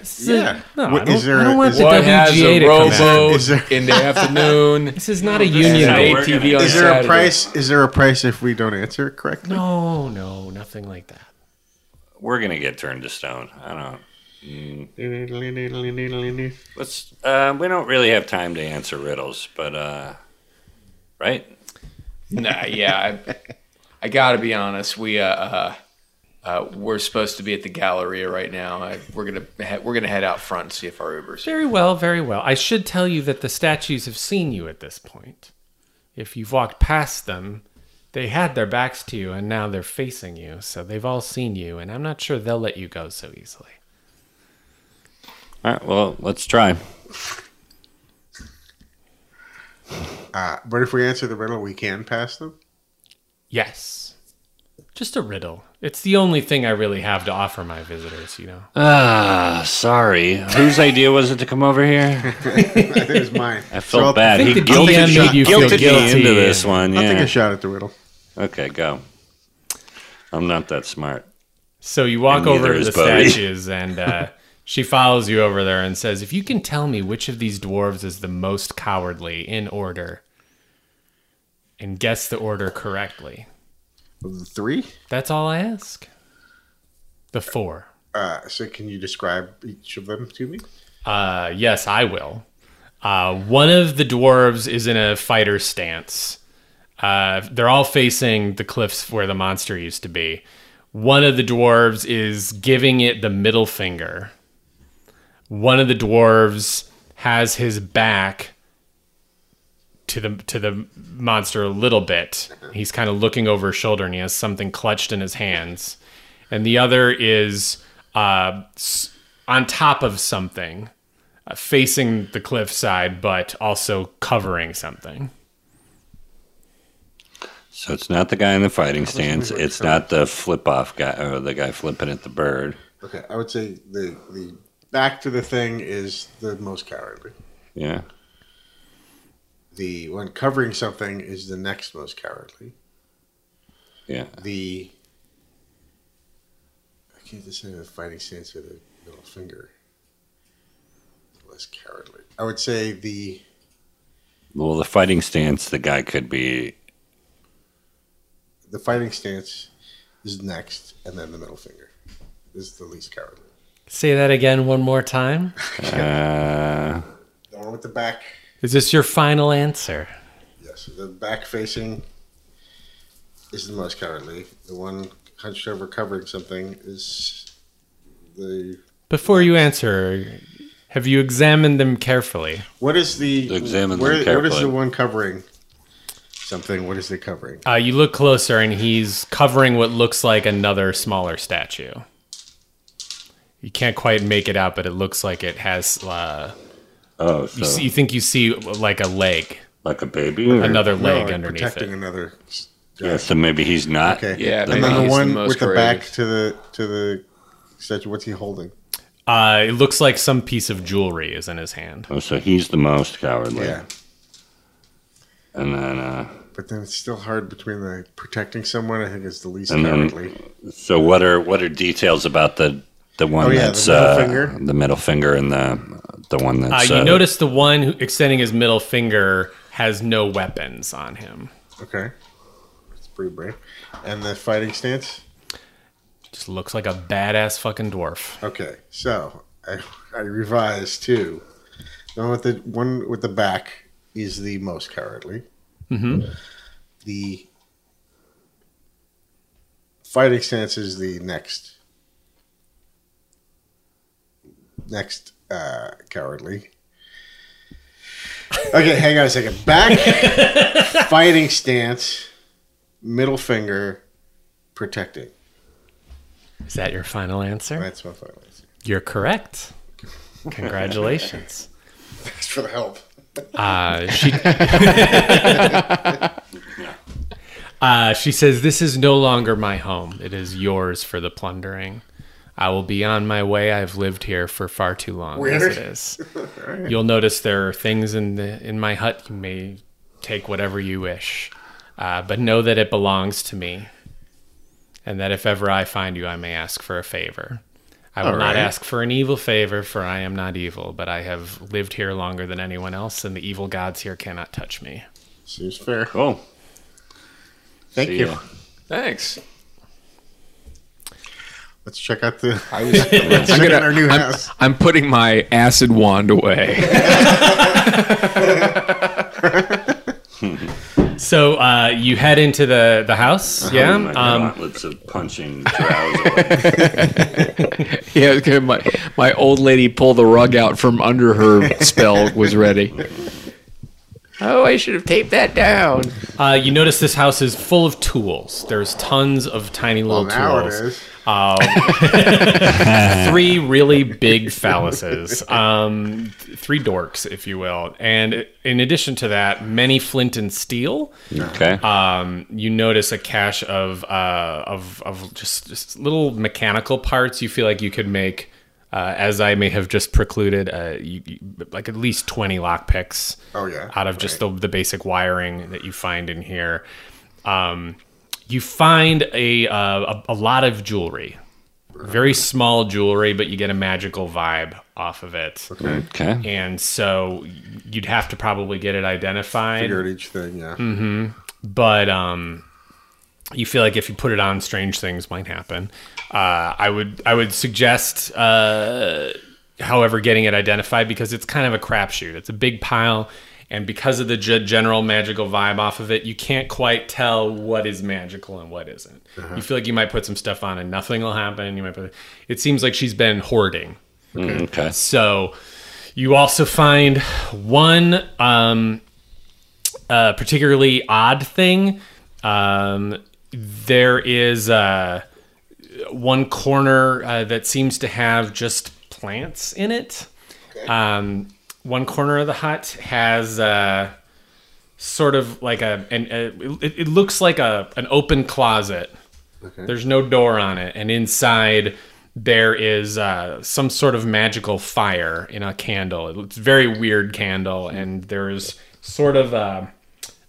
Speaker 3: This is a-
Speaker 2: Yeah.
Speaker 3: no,
Speaker 2: What-
Speaker 3: I don't,
Speaker 2: is there
Speaker 3: I don't
Speaker 2: a-
Speaker 3: want
Speaker 2: is-
Speaker 3: the
Speaker 4: One has
Speaker 3: WGA
Speaker 4: a
Speaker 3: to come after me.
Speaker 4: rowboat
Speaker 2: Is there-
Speaker 4: in the afternoon.
Speaker 3: This is not a
Speaker 4: An
Speaker 3: union.
Speaker 1: No, we're
Speaker 4: ATV
Speaker 1: gonna-
Speaker 4: on
Speaker 2: Is there a
Speaker 4: Saturday.
Speaker 2: price? Is there a price if we don't answer it correctly?
Speaker 3: No, no, nothing like that.
Speaker 1: We're gonna get turned to stone. I don't.
Speaker 2: Let's
Speaker 1: Let's. Uh, we don't really have time to answer riddles, but uh, right?
Speaker 4: Nah, yeah. I, I gotta be honest. We uh, uh,
Speaker 9: Uh, we're supposed to be at the Galleria right now. I, we're gonna he- we're gonna head out front and see if our Uber's.
Speaker 3: Very well, very well. I should tell you that the statues have seen you at this point. If you've walked past them, they had their backs to you and now they're facing you, so they've all seen you, and I'm not sure they'll let you go so easily.
Speaker 7: All right, well, let's try.
Speaker 2: Uh, but if we answer the riddle, we can pass them.
Speaker 3: Yes. Just a riddle. It's the only thing I really have to offer my visitors, you know.
Speaker 7: Ah, sorry. Whose idea was it to come over here?
Speaker 2: I think it's mine.
Speaker 7: I
Speaker 2: So I'll-
Speaker 7: felt bad.
Speaker 3: think
Speaker 7: He
Speaker 3: the DM
Speaker 7: guilted,
Speaker 3: made you feel
Speaker 7: guilted me
Speaker 3: guilty.
Speaker 7: into this one.
Speaker 2: I'll take
Speaker 7: Yeah.
Speaker 2: a shot at the riddle.
Speaker 7: Okay, go. I'm not that smart.
Speaker 3: So you walk
Speaker 7: And
Speaker 3: over
Speaker 7: neither
Speaker 3: to
Speaker 7: is
Speaker 3: the
Speaker 7: Bodhi.
Speaker 3: statues, and uh, she follows you over there and says, "If you can tell me which of these dwarves is the most cowardly in order, and guess the order correctly,
Speaker 2: Of the three.
Speaker 3: that's all I ask." The four.
Speaker 2: Uh, so can you describe each of them to me?
Speaker 3: Uh, yes, I will. Uh, one of the dwarves is in a fighter stance. Uh, they're all facing the cliffs where the monster used to be. One of the dwarves is giving it the middle finger. One of the dwarves has his back to the to the monster a little bit. He's kind of looking over his shoulder and he has something clutched in his hands. And the other is uh, s- on top of something, uh, facing the cliffside, but also covering something.
Speaker 7: So it's not the guy in the fighting stance. It's not the flip off guy or the guy flipping at the bird.
Speaker 2: Okay, I would say the the back to the thing is the most cowardly.
Speaker 7: Yeah.
Speaker 2: The one covering something is the next most cowardly.
Speaker 7: Yeah.
Speaker 2: The I can't decide the fighting stance with a middle finger. Less cowardly. I would say the
Speaker 7: Well, the fighting stance, the guy could be.
Speaker 2: the fighting stance is next, and then the middle finger is the least cowardly.
Speaker 3: Say that again one more time.
Speaker 7: Uh,
Speaker 2: The one with the back,
Speaker 3: Is this your final answer?
Speaker 2: yes, the back facing is the most cowardly. The one hunched over covering something is the
Speaker 3: Before you answer, have you examined them carefully?
Speaker 2: what is the
Speaker 7: Examine them
Speaker 2: where- what is
Speaker 7: carefully.
Speaker 2: the one covering something? What is the covering?
Speaker 3: Uh, you look closer, and he's covering what looks like another smaller statue. You can't quite make it out, but it looks like it has. Uh,
Speaker 7: oh,
Speaker 3: you, see,
Speaker 7: so
Speaker 3: you think you see like a leg,
Speaker 7: like a baby?
Speaker 3: another
Speaker 2: No,
Speaker 3: leg
Speaker 2: like
Speaker 3: underneath
Speaker 2: protecting
Speaker 3: it.
Speaker 2: another.
Speaker 7: Yeah, so maybe he's not.
Speaker 2: Okay.
Speaker 4: Yeah,
Speaker 2: and
Speaker 4: maybe
Speaker 2: then
Speaker 4: he's
Speaker 2: the
Speaker 4: the
Speaker 2: one
Speaker 4: most
Speaker 2: with the back
Speaker 4: courageous.
Speaker 2: to the to the statue. What's he holding?
Speaker 3: Uh, it looks like some piece of jewelry is in his hand.
Speaker 7: Oh, so he's the most cowardly.
Speaker 2: Yeah.
Speaker 7: And then, uh,
Speaker 2: But then it's still hard between the protecting someone. I think is the least
Speaker 4: Mm-hmm.
Speaker 7: And then-
Speaker 2: cowardly.
Speaker 7: so what are what are details about the the one
Speaker 2: Oh, yeah, the
Speaker 7: that's
Speaker 2: middle
Speaker 7: uh,
Speaker 2: finger.
Speaker 7: the middle finger and the the one
Speaker 3: Uh,
Speaker 7: that's
Speaker 3: you notice the one who extending his middle finger has no weapons on him.
Speaker 2: Okay. It's pretty brave. And the fighting stance.
Speaker 3: Just looks like a badass fucking dwarf.
Speaker 2: Okay, so I, I revised too. The one with the one with the back is the most cowardly. Mm-hmm. The fighting stance is the next next uh, cowardly. Okay, hang on a second. Back fighting stance, middle finger, protecting.
Speaker 3: Is that your final answer?
Speaker 2: That's my final answer.
Speaker 3: You're correct. Congratulations.
Speaker 2: Thanks for the help.
Speaker 3: Uh, she, uh, she says, This is no longer my home. It is yours for the plundering. I will be on my way. I've lived here for far too long as it is. You'll notice there are things in the in my hut. You may take whatever you wish, uh, but know that it belongs to me, and that if ever I find you, I may ask for a favor. I will not ask for an evil favor, for I am not evil, but I have lived here longer than anyone else, and the evil gods here cannot touch me.
Speaker 2: Seems fair.
Speaker 7: cool.
Speaker 2: Thank
Speaker 7: See
Speaker 2: you.
Speaker 7: ya.
Speaker 4: Thanks.
Speaker 2: Let's check out the.
Speaker 5: I was
Speaker 2: Let's check
Speaker 4: gonna-
Speaker 2: out our new
Speaker 4: I'm-
Speaker 2: house.
Speaker 4: I'm putting my acid wand away.
Speaker 3: So uh, you head into the the
Speaker 2: Oh
Speaker 3: house, yeah.
Speaker 7: My
Speaker 3: Um,
Speaker 7: gauntlets of punching trousers.
Speaker 4: Yeah, okay, my my old lady pulled the rug out from under her spell was ready. Oh, I should have taped that down.
Speaker 3: uh, you notice this house is full of tools. There's tons of tiny little
Speaker 2: Well, now it
Speaker 3: tools.
Speaker 2: is.
Speaker 3: three really big phalluses, um, th- three dorks, if you will. And in addition to that, many flint and steel.
Speaker 7: okay.
Speaker 3: Um, you notice a cache of uh, of of just, just little mechanical parts. You feel like you could make, uh, as I may have just precluded, uh, you, you, like at least twenty lockpicks.
Speaker 2: Oh, yeah.
Speaker 3: out of just the, the basic wiring that you find in here. Um, you find a, uh, a a lot of jewelry, very small jewelry, but you get a magical vibe off of it.
Speaker 7: okay.
Speaker 3: And so you'd have to probably get it identified
Speaker 2: Figured each thing, yeah.
Speaker 3: Hmm. but um, you feel like if you put it on, strange things might happen. Uh, I would I would suggest, uh, however, getting it identified because it's kind of a crapshoot. It's a big pile, and because of the ge- general magical vibe off of it, you can't quite tell what is magical and what isn't. You feel like you might put some stuff on and nothing will happen. You might put. It seems like she's been hoarding.
Speaker 7: Mm, Okay.
Speaker 3: So you also find one um, uh, particularly odd thing. Um, there is uh, one corner uh, that seems to have just plants in it. Um, one corner of the hut has uh, sort of like a, an, a it, it looks like a an open closet. There's no door on it, and inside there is uh, some sort of magical fire in a candle. It's a very weird candle, and there is sort of a,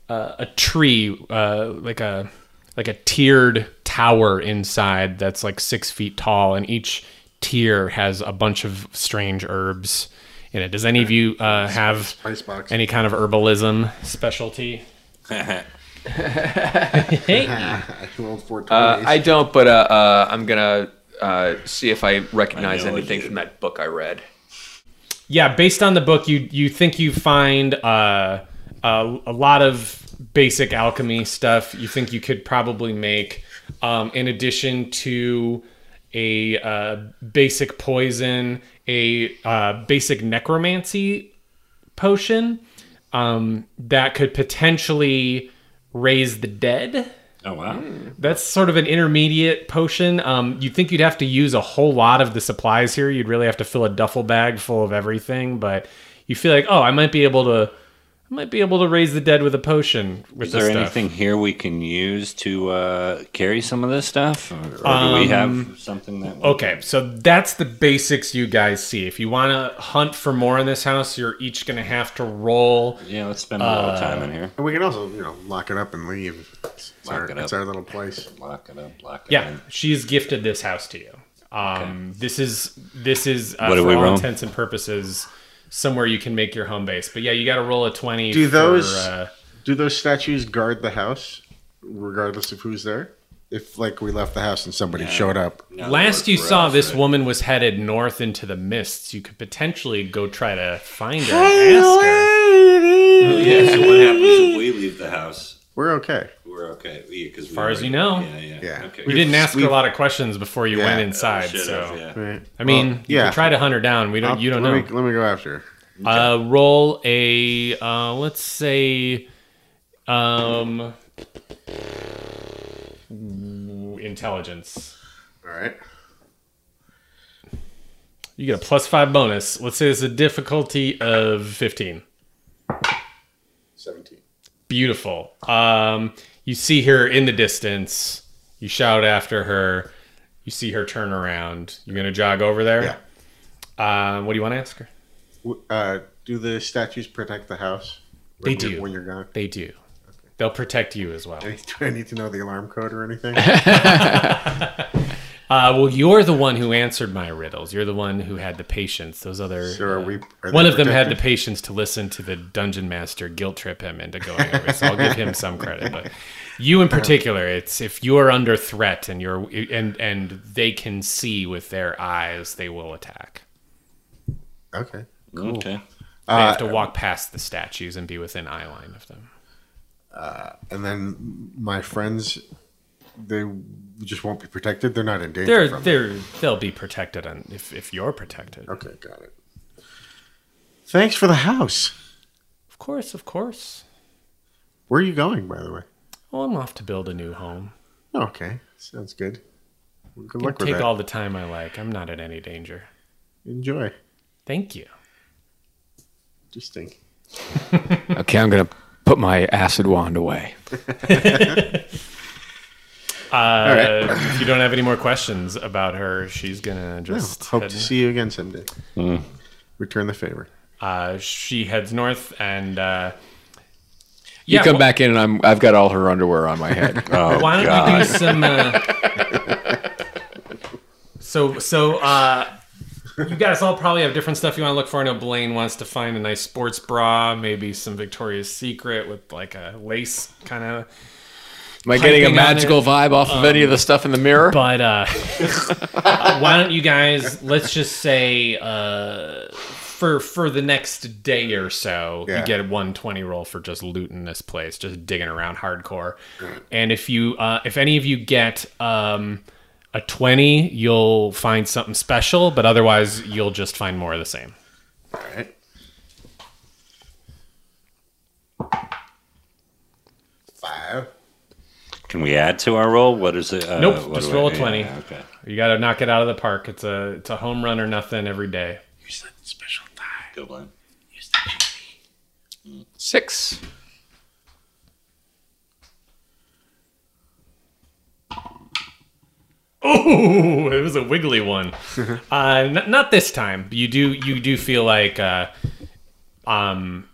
Speaker 3: a, a tree, uh, like a like a tiered tower inside that's like six feet tall, and each tier has a bunch of strange herbs in it. Does any of you uh, have
Speaker 2: Spice box.
Speaker 3: any kind of herbalism specialty?
Speaker 2: I rolled four
Speaker 9: Uh,
Speaker 2: twenties.
Speaker 9: I don't, but uh, uh, I'm gonna uh, see if I recognize
Speaker 7: I know
Speaker 9: anything
Speaker 7: you.
Speaker 9: from that book I read.
Speaker 3: yeah based on the book you you think you find uh, uh, a lot of basic alchemy stuff you think you could probably make um, in addition to a uh, basic poison a uh, basic necromancy potion um, that could potentially raise the dead
Speaker 7: Oh wow.
Speaker 3: that's sort of an intermediate potion. Um, you'd think you'd have to use a whole lot of the supplies here. You'd really have to fill a duffel bag full of everything, but you feel like, oh, I might be able to, I might be able to raise the dead with a potion. With
Speaker 7: Is
Speaker 3: this
Speaker 7: there
Speaker 3: stuff.
Speaker 7: anything here we can use to uh, carry some of this stuff, or, or do we have something that?
Speaker 3: Um, Okay, so that's the basics you guys see. If you want to hunt for more in this house, you're each going to have to roll.
Speaker 7: Yeah, let's spend a
Speaker 3: Uh,
Speaker 7: little time in here.
Speaker 2: and we can also, you know, lock it up and leave. It's, it's
Speaker 7: Lock
Speaker 2: our,
Speaker 7: it
Speaker 2: it's
Speaker 7: up.
Speaker 2: our little place.
Speaker 7: Lock it up. Lock it
Speaker 3: Yeah,
Speaker 7: in.
Speaker 3: she's gifted this house to you. Um, This is this is uh,
Speaker 7: What are
Speaker 3: for
Speaker 7: we
Speaker 3: all
Speaker 7: rolling?
Speaker 3: intents and purposes somewhere you can make your home base. But yeah, you got to roll a twenty.
Speaker 2: Do those-
Speaker 3: For, uh,
Speaker 2: Do those statues guard the house, regardless of who's there? If like we left the house and somebody showed up,
Speaker 7: Now
Speaker 3: Last
Speaker 7: they
Speaker 3: you
Speaker 7: work for
Speaker 3: saw
Speaker 7: us,
Speaker 3: this
Speaker 7: right?
Speaker 3: woman was headed north into the mists. You could potentially go try to find her and ask her.
Speaker 7: Yeah. So what happens if we leave the house?
Speaker 2: we're okay.
Speaker 7: We're okay. As
Speaker 3: far as you know.
Speaker 7: Yeah. Yeah.
Speaker 2: Yeah.
Speaker 7: Okay.
Speaker 3: You didn't ask her a
Speaker 2: we've-
Speaker 3: lot of questions before you
Speaker 2: Yeah.
Speaker 3: went
Speaker 2: Oh,
Speaker 3: inside,
Speaker 7: Should
Speaker 3: so
Speaker 7: have, yeah.
Speaker 2: Right.
Speaker 3: I mean, you
Speaker 2: yeah.
Speaker 3: could try to hunt her down. We don't.
Speaker 2: I'll-
Speaker 3: you don't
Speaker 2: let
Speaker 3: know.
Speaker 2: Me, let me go after.
Speaker 3: Uh, roll a uh, let's say, um, intelligence.
Speaker 2: All right.
Speaker 3: You get a plus five bonus. Let's say it's a difficulty of fifteen.
Speaker 2: 17.
Speaker 3: beautiful. Um, you see her in the distance. You shout after her. You see her turn around. You're gonna jog over there. Yeah. Um, what do you want to ask her?
Speaker 2: W- Uh, do the statues protect the house?
Speaker 3: They
Speaker 2: when you're-
Speaker 3: do.
Speaker 2: When you're gone?
Speaker 3: They do. They'll protect you as well.
Speaker 2: Do I need to know the alarm code or anything?
Speaker 3: Uh, well, you're the one who answered my riddles. You're the one who had the patience. Those other uh,
Speaker 2: So are we? Are
Speaker 3: one
Speaker 2: they
Speaker 3: of them had the
Speaker 2: protected?
Speaker 3: patience to listen to the dungeon master guilt trip him into going over. So I'll give him some credit, but you in particular, it's if you're under threat and you're and and they can see with their eyes, they will attack.
Speaker 2: Okay.
Speaker 7: Okay.
Speaker 2: Uh,
Speaker 3: They have to walk past the statues and be within eye line of them.
Speaker 2: and then my friends, they just won't be protected. They're not in danger.
Speaker 3: They're
Speaker 2: from it.
Speaker 3: they're they'll be protected on if if you're protected.
Speaker 2: Okay, got it. Thanks for the house.
Speaker 3: Of course, of course.
Speaker 2: Where are you going, by the way?
Speaker 3: Well, I'm off to build a new home.
Speaker 2: Okay, sounds good. Well, Good
Speaker 3: Can
Speaker 2: luck with
Speaker 3: take
Speaker 2: that.
Speaker 3: all the time I like. I'm not in any danger.
Speaker 2: Enjoy.
Speaker 3: Thank you.
Speaker 2: Just think.
Speaker 4: Okay, I'm gonna put my acid wand away.
Speaker 3: Uh,
Speaker 2: right.
Speaker 3: if you don't have any more questions about her, she's gonna
Speaker 2: No,
Speaker 3: just
Speaker 2: hope
Speaker 3: head-
Speaker 2: to see you again someday.
Speaker 3: Hmm.
Speaker 2: Return the favor.
Speaker 3: Uh, she heads north and uh,
Speaker 4: You
Speaker 3: yeah,
Speaker 4: come
Speaker 3: wh-
Speaker 4: back in and I'm I've got all her underwear on my head.
Speaker 7: Oh,
Speaker 3: Why don't
Speaker 7: God.
Speaker 3: you do some? Uh, so so uh, you guys all probably have different stuff you want to look for. I know Blaine wants to find a nice sports bra, maybe some Victoria's Secret with like a lace kind of.
Speaker 4: Am I getting a
Speaker 3: Piping on
Speaker 4: magical vibe off of any of the stuff in the mirror?
Speaker 3: But uh, why don't you guys? Let's just say uh, for for the next day or so,
Speaker 2: Yeah.
Speaker 3: you get a one twenty roll for just looting this place, just digging around hardcore. And if you uh, if any of you get um, a twenty, you'll find something special. But otherwise, you'll just find more of the same.
Speaker 2: All right. Five.
Speaker 7: Can we add to our roll? What is it? Uh,
Speaker 3: Nope,
Speaker 7: what
Speaker 3: just
Speaker 7: do I-
Speaker 3: roll a
Speaker 7: yeah,
Speaker 3: 20.
Speaker 7: okay.
Speaker 3: You got to knock it out of the park. It's a it's a home run or nothing every day.
Speaker 7: Good one.
Speaker 4: Six.
Speaker 3: Oh, it was a wiggly one. uh, n- not this time. You do you do feel like uh, um.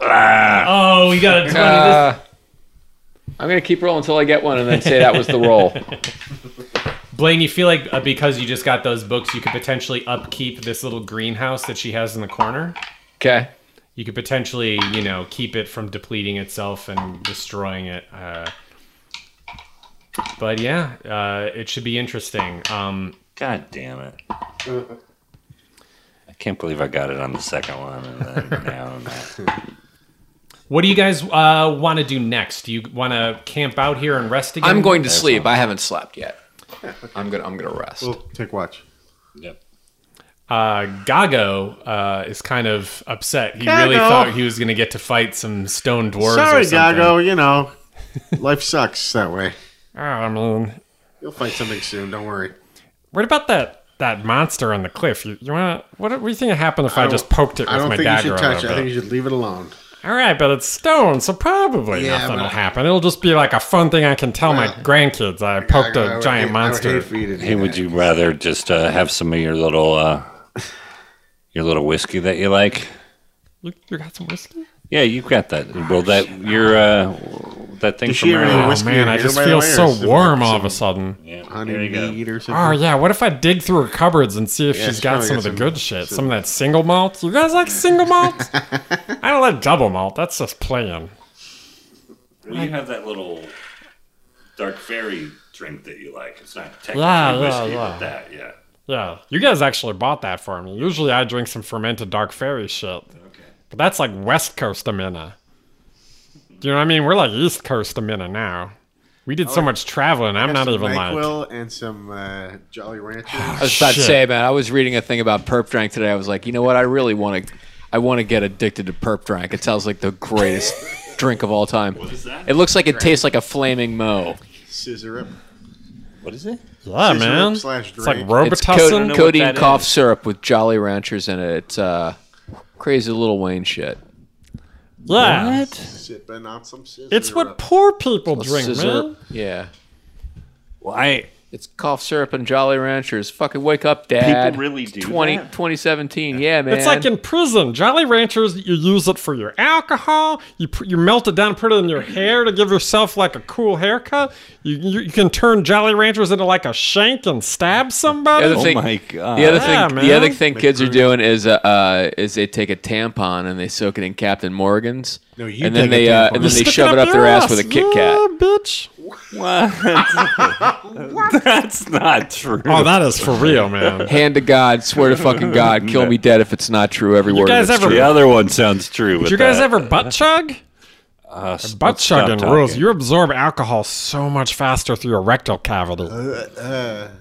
Speaker 3: Oh, we got a twenty. this-
Speaker 4: Uh, I'm gonna keep rolling until I get one and then say that was the roll.
Speaker 3: Blaine, you feel like uh, because you just got those books, you could potentially upkeep this little greenhouse that she has in the corner.
Speaker 4: Okay.
Speaker 3: You could potentially, you know, keep it from depleting itself and destroying it. Uh, but yeah, uh, it should be interesting. Um,
Speaker 7: God damn it. I can't believe I got it on the second one, and then now I'm at-
Speaker 3: what do you guys uh, want to do next? Do you want to camp out here and rest again?
Speaker 4: I'm going to sleep. I haven't slept yet. I'm gonna I'm gonna rest.
Speaker 2: Well, take watch.
Speaker 7: Yep.
Speaker 3: uh, Gago uh, is kind of upset. He really
Speaker 2: Gago.
Speaker 3: thought he was going to get to fight some stone dwarves. or
Speaker 2: Sorry,
Speaker 3: something.
Speaker 2: Gago. You know, life sucks that way.
Speaker 3: Oh, I mean,
Speaker 2: You'll find something soon. Don't worry.
Speaker 3: what about that that monster on the cliff? You, you want to? What, do you think happened if I,
Speaker 2: don't-
Speaker 3: just poked it
Speaker 2: I
Speaker 3: with
Speaker 2: don't
Speaker 3: my
Speaker 2: think you
Speaker 3: dagger?
Speaker 2: should
Speaker 3: a
Speaker 2: touch it.
Speaker 3: little
Speaker 2: I think
Speaker 3: bit?
Speaker 2: you should leave it alone.
Speaker 3: All right, but it's stone, so probably
Speaker 2: Yeah,
Speaker 3: nothing
Speaker 2: but-
Speaker 3: will happen. It'll just be like a fun thing I can tell my grandkids. I poked
Speaker 2: I
Speaker 3: a
Speaker 2: would
Speaker 3: giant
Speaker 2: hate- I would
Speaker 3: monster.
Speaker 2: hate for you to do
Speaker 7: Hey,
Speaker 2: that.
Speaker 7: would you rather just uh, have some of your little uh, your little whiskey that you like?
Speaker 3: You, you got some whiskey?
Speaker 7: Yeah, you've got that. Well, that your uh, that thing
Speaker 2: Does
Speaker 7: from
Speaker 2: she
Speaker 7: uh,
Speaker 2: have any
Speaker 7: earlier.
Speaker 2: whis- Whiskey
Speaker 3: oh man,
Speaker 2: in
Speaker 3: I
Speaker 2: here,
Speaker 3: just
Speaker 2: by the
Speaker 3: feel
Speaker 2: way, or
Speaker 3: so
Speaker 2: is it
Speaker 3: warm
Speaker 2: like
Speaker 3: all of a
Speaker 2: some-
Speaker 3: sudden.
Speaker 7: Yeah, there
Speaker 2: honey
Speaker 7: you go.
Speaker 2: meat or something?
Speaker 3: Oh yeah, what if I dig through her cupboards and see if
Speaker 2: Yeah,
Speaker 3: she's
Speaker 2: she's
Speaker 3: got
Speaker 2: probably
Speaker 3: some
Speaker 2: got
Speaker 3: of the
Speaker 2: some-
Speaker 3: good shit? Some of that single malt? You guys like single malt? I don't like double malt. That's just plain.
Speaker 7: Well, you have that little dark fairy drink that you like. It's not technically
Speaker 3: Yeah, yeah,
Speaker 7: whiskey,
Speaker 3: yeah.
Speaker 7: but that, yeah.
Speaker 3: Yeah, you guys actually bought that for me. Usually I drink some fermented dark fairy shit. But that's like West Coast Amina. Do you know what I mean? We're like East Coast Amina now. We did so much traveling. I'm not
Speaker 2: Oh, Some
Speaker 3: even like.
Speaker 2: NyQuil and some uh, Jolly Ranchers.
Speaker 4: I was about
Speaker 3: Shit.
Speaker 4: to say, man, I was reading a thing about perp drank today. I was like, you know what? I really want to, I want to get addicted to perp drank. It sounds like the greatest drink of all time. What is that? It looks like it tastes like a flaming mo.
Speaker 2: scissor up.
Speaker 7: What is it?
Speaker 3: Yeah,
Speaker 2: Scissor
Speaker 3: man.
Speaker 2: up slash
Speaker 3: It's like
Speaker 2: drink.
Speaker 4: It's co-
Speaker 3: Robitussin.
Speaker 7: what
Speaker 4: codeine
Speaker 7: that
Speaker 4: cough
Speaker 7: is.
Speaker 4: syrup with Jolly Ranchers in it. It's uh, crazy little Wayne shit.
Speaker 3: yeah,
Speaker 2: Sipping on some scissor
Speaker 3: it's what
Speaker 2: up.
Speaker 3: poor people drink,
Speaker 4: Scissor-
Speaker 3: man.
Speaker 4: Yeah,
Speaker 7: Well, I
Speaker 4: it's cough syrup and Jolly Ranchers. Fucking wake up, Dad.
Speaker 7: People really do
Speaker 4: 20,
Speaker 7: that?
Speaker 4: 2017. Yeah, man.
Speaker 3: It's like in prison. Jolly Ranchers, you use it for your alcohol. You put, you melt it down, put it in your hair to give yourself like a cool haircut. You, you, you can turn Jolly Ranchers into like a shank and stab somebody.
Speaker 4: The other thing,
Speaker 7: Oh my God.
Speaker 4: The
Speaker 3: Yeah,
Speaker 4: other thing, the other
Speaker 3: man.
Speaker 4: thing kids are doing is uh, uh, is they take a tampon and they soak it in Captain Morgan's.
Speaker 2: No, you
Speaker 4: and then
Speaker 2: take a
Speaker 4: they uh,
Speaker 2: tampon.
Speaker 4: and
Speaker 2: You
Speaker 4: then they shove it up their ass with a Kit
Speaker 3: Yeah,
Speaker 4: Kat.
Speaker 3: bitch.
Speaker 7: that's not true.
Speaker 3: Oh, that is for real, man.
Speaker 4: Hand to God, swear to fucking God, kill me dead if it's not true. Every word.
Speaker 3: guys
Speaker 4: of it's
Speaker 3: ever-
Speaker 4: true. uh,
Speaker 7: the other one sounds true.
Speaker 3: Did you guys ever butt chug?
Speaker 1: Uh, s-
Speaker 3: Butt
Speaker 1: let's stop
Speaker 3: chugging
Speaker 1: talking.
Speaker 3: rules. You absorb alcohol so much faster through your rectal cavity.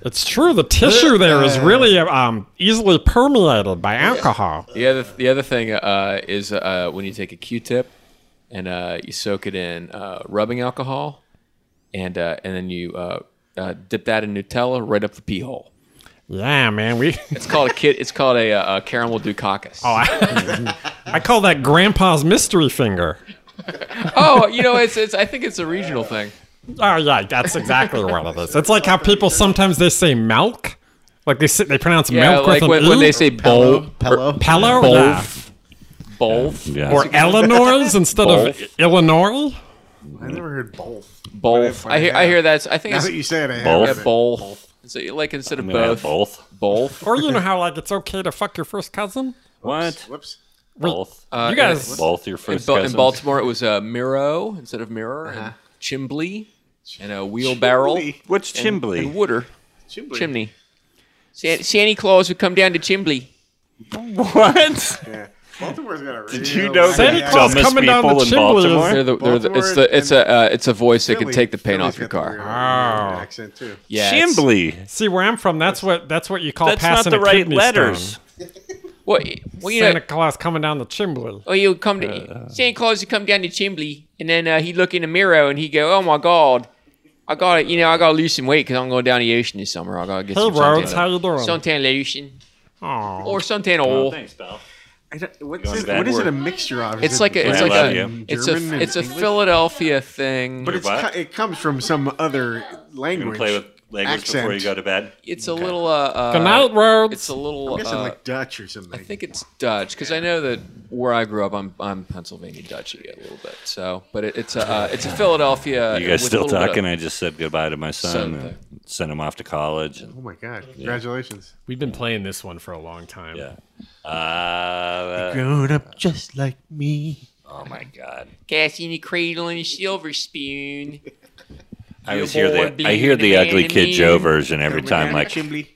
Speaker 3: it's true. The tissue there is really um, easily permeated by alcohol.
Speaker 4: The other the other thing uh, is uh, when you take a Q-tip and uh, you soak it in uh, rubbing alcohol, and uh, and then you uh, uh, dip that in Nutella right up the pee hole.
Speaker 3: Yeah, man. We
Speaker 4: It's called a kid. It's called a, uh, a caramel dukakis. Oh,
Speaker 3: I call that grandpa's mystery finger.
Speaker 4: Oh, you know, it's, it's I think it's a regional thing.
Speaker 3: Oh yeah, that's exactly what it is. It's like how people sometimes they say milk, like they sit, they pronounce
Speaker 4: Yeah,
Speaker 3: milk
Speaker 4: like
Speaker 3: with
Speaker 4: when,
Speaker 3: an
Speaker 4: when
Speaker 3: ooh.
Speaker 4: they say bowl,
Speaker 2: Hello.
Speaker 3: Pello,
Speaker 4: Both.
Speaker 3: yeah.
Speaker 4: bowl,
Speaker 1: Yeah.
Speaker 3: or Eleanor's instead of
Speaker 4: Both.
Speaker 3: Illinois.
Speaker 2: I never heard both.
Speaker 4: bowl. I hear I hear that's I think
Speaker 2: Now
Speaker 4: it's
Speaker 2: that you say it, I
Speaker 1: Both.
Speaker 4: yeah,
Speaker 2: have. it.
Speaker 4: bowl. So, like instead of
Speaker 1: I'm gonna have
Speaker 4: both,
Speaker 1: both.
Speaker 4: bowl.
Speaker 3: Or you know how like it's okay to fuck your first cousin.
Speaker 1: What?
Speaker 2: Whoops.
Speaker 1: Both.
Speaker 4: Uh,
Speaker 3: You guys,
Speaker 1: both your
Speaker 4: in,
Speaker 1: first
Speaker 4: Ba- in
Speaker 1: cousins.
Speaker 4: Baltimore, it was uh, Miro instead of mirror, and Chimbly, and a wheelbarrow.
Speaker 2: Chimbly.
Speaker 1: What's
Speaker 4: and-
Speaker 1: Chimbly?
Speaker 4: And Wooder.
Speaker 2: Chimbley.
Speaker 4: Chimney. San- Santa Claus would come down to Chimbly.
Speaker 1: what?
Speaker 2: Yeah. Baltimore's got a
Speaker 1: Did
Speaker 2: real
Speaker 1: you know
Speaker 3: Santa
Speaker 1: that
Speaker 3: Claus
Speaker 1: dumbest
Speaker 3: coming down
Speaker 1: people
Speaker 3: the
Speaker 1: in
Speaker 3: chimney is-
Speaker 1: Baltimore?
Speaker 4: They're the, they're the, it's
Speaker 2: Baltimore
Speaker 4: the it's a uh, it's a voice that can
Speaker 2: Philly-
Speaker 4: take the paint
Speaker 2: Philly's
Speaker 4: off your
Speaker 2: got the
Speaker 4: car.
Speaker 2: weird Accent too.
Speaker 4: Yeah, it's-
Speaker 1: Chimbly.
Speaker 3: see where I'm from. That's what that's what you call
Speaker 1: That's not
Speaker 3: passing
Speaker 1: the
Speaker 3: a
Speaker 1: right
Speaker 3: kidney
Speaker 1: letters.
Speaker 3: stone.
Speaker 4: Well, y- well, you
Speaker 3: Santa
Speaker 4: know,
Speaker 3: Claus coming down the chimney.
Speaker 4: well, you would Oh, come to Santa Claus would come down to Chimbly, and then uh, he'd look in the mirror and he'd go, "Oh my God, I got to You know, I got to lose some weight because I'm going down the ocean this summer. I got to get
Speaker 3: Hey
Speaker 4: some
Speaker 3: Rhodes,
Speaker 4: suntan,
Speaker 3: how you doing?
Speaker 4: suntan lotion
Speaker 3: Aw.
Speaker 4: or suntan
Speaker 2: Oh,
Speaker 4: oil."
Speaker 1: pal.
Speaker 2: I don't- What's
Speaker 1: Going
Speaker 2: it,
Speaker 1: backward.
Speaker 2: what is it a mixture of? Is
Speaker 4: It's
Speaker 2: it
Speaker 4: like a, it's
Speaker 1: I
Speaker 4: like
Speaker 1: love
Speaker 4: a,
Speaker 1: you.
Speaker 4: it's
Speaker 2: German
Speaker 4: a,
Speaker 2: and
Speaker 4: it's a
Speaker 2: English?
Speaker 4: Philadelphia thing.
Speaker 2: But it's,
Speaker 1: What?
Speaker 2: co- it comes from some other
Speaker 1: You can
Speaker 2: language.
Speaker 1: play with language
Speaker 2: accent.
Speaker 1: before you go to bed.
Speaker 4: it's a little, uh, uh
Speaker 3: Good night, Rhodes.
Speaker 4: it's a little,
Speaker 2: I'm guessing
Speaker 4: uh,
Speaker 2: like Dutch or
Speaker 4: I
Speaker 2: something.
Speaker 4: think it's Dutch because I know that where I grew up, I'm, I'm Pennsylvania Dutchy a little bit. So, but it, it's a, uh, it's a Philadelphia.
Speaker 1: You guys
Speaker 4: with a
Speaker 1: still
Speaker 4: little bit of-
Speaker 1: talking? I just said goodbye to my son
Speaker 4: Son thing.
Speaker 1: and sent him off to college. And,
Speaker 2: oh my god! Congratulations.
Speaker 3: We've been playing this one for a long time.
Speaker 1: yeah. Uh,
Speaker 2: Grown up just like me.
Speaker 1: oh my God!
Speaker 4: Cassie in a cradle and a silver spoon.
Speaker 1: I
Speaker 4: You
Speaker 1: always hear
Speaker 4: boy
Speaker 1: the I hear the
Speaker 4: being an
Speaker 1: ugly kid
Speaker 4: enemy.
Speaker 1: Joe version every time. Like
Speaker 2: Chimbley.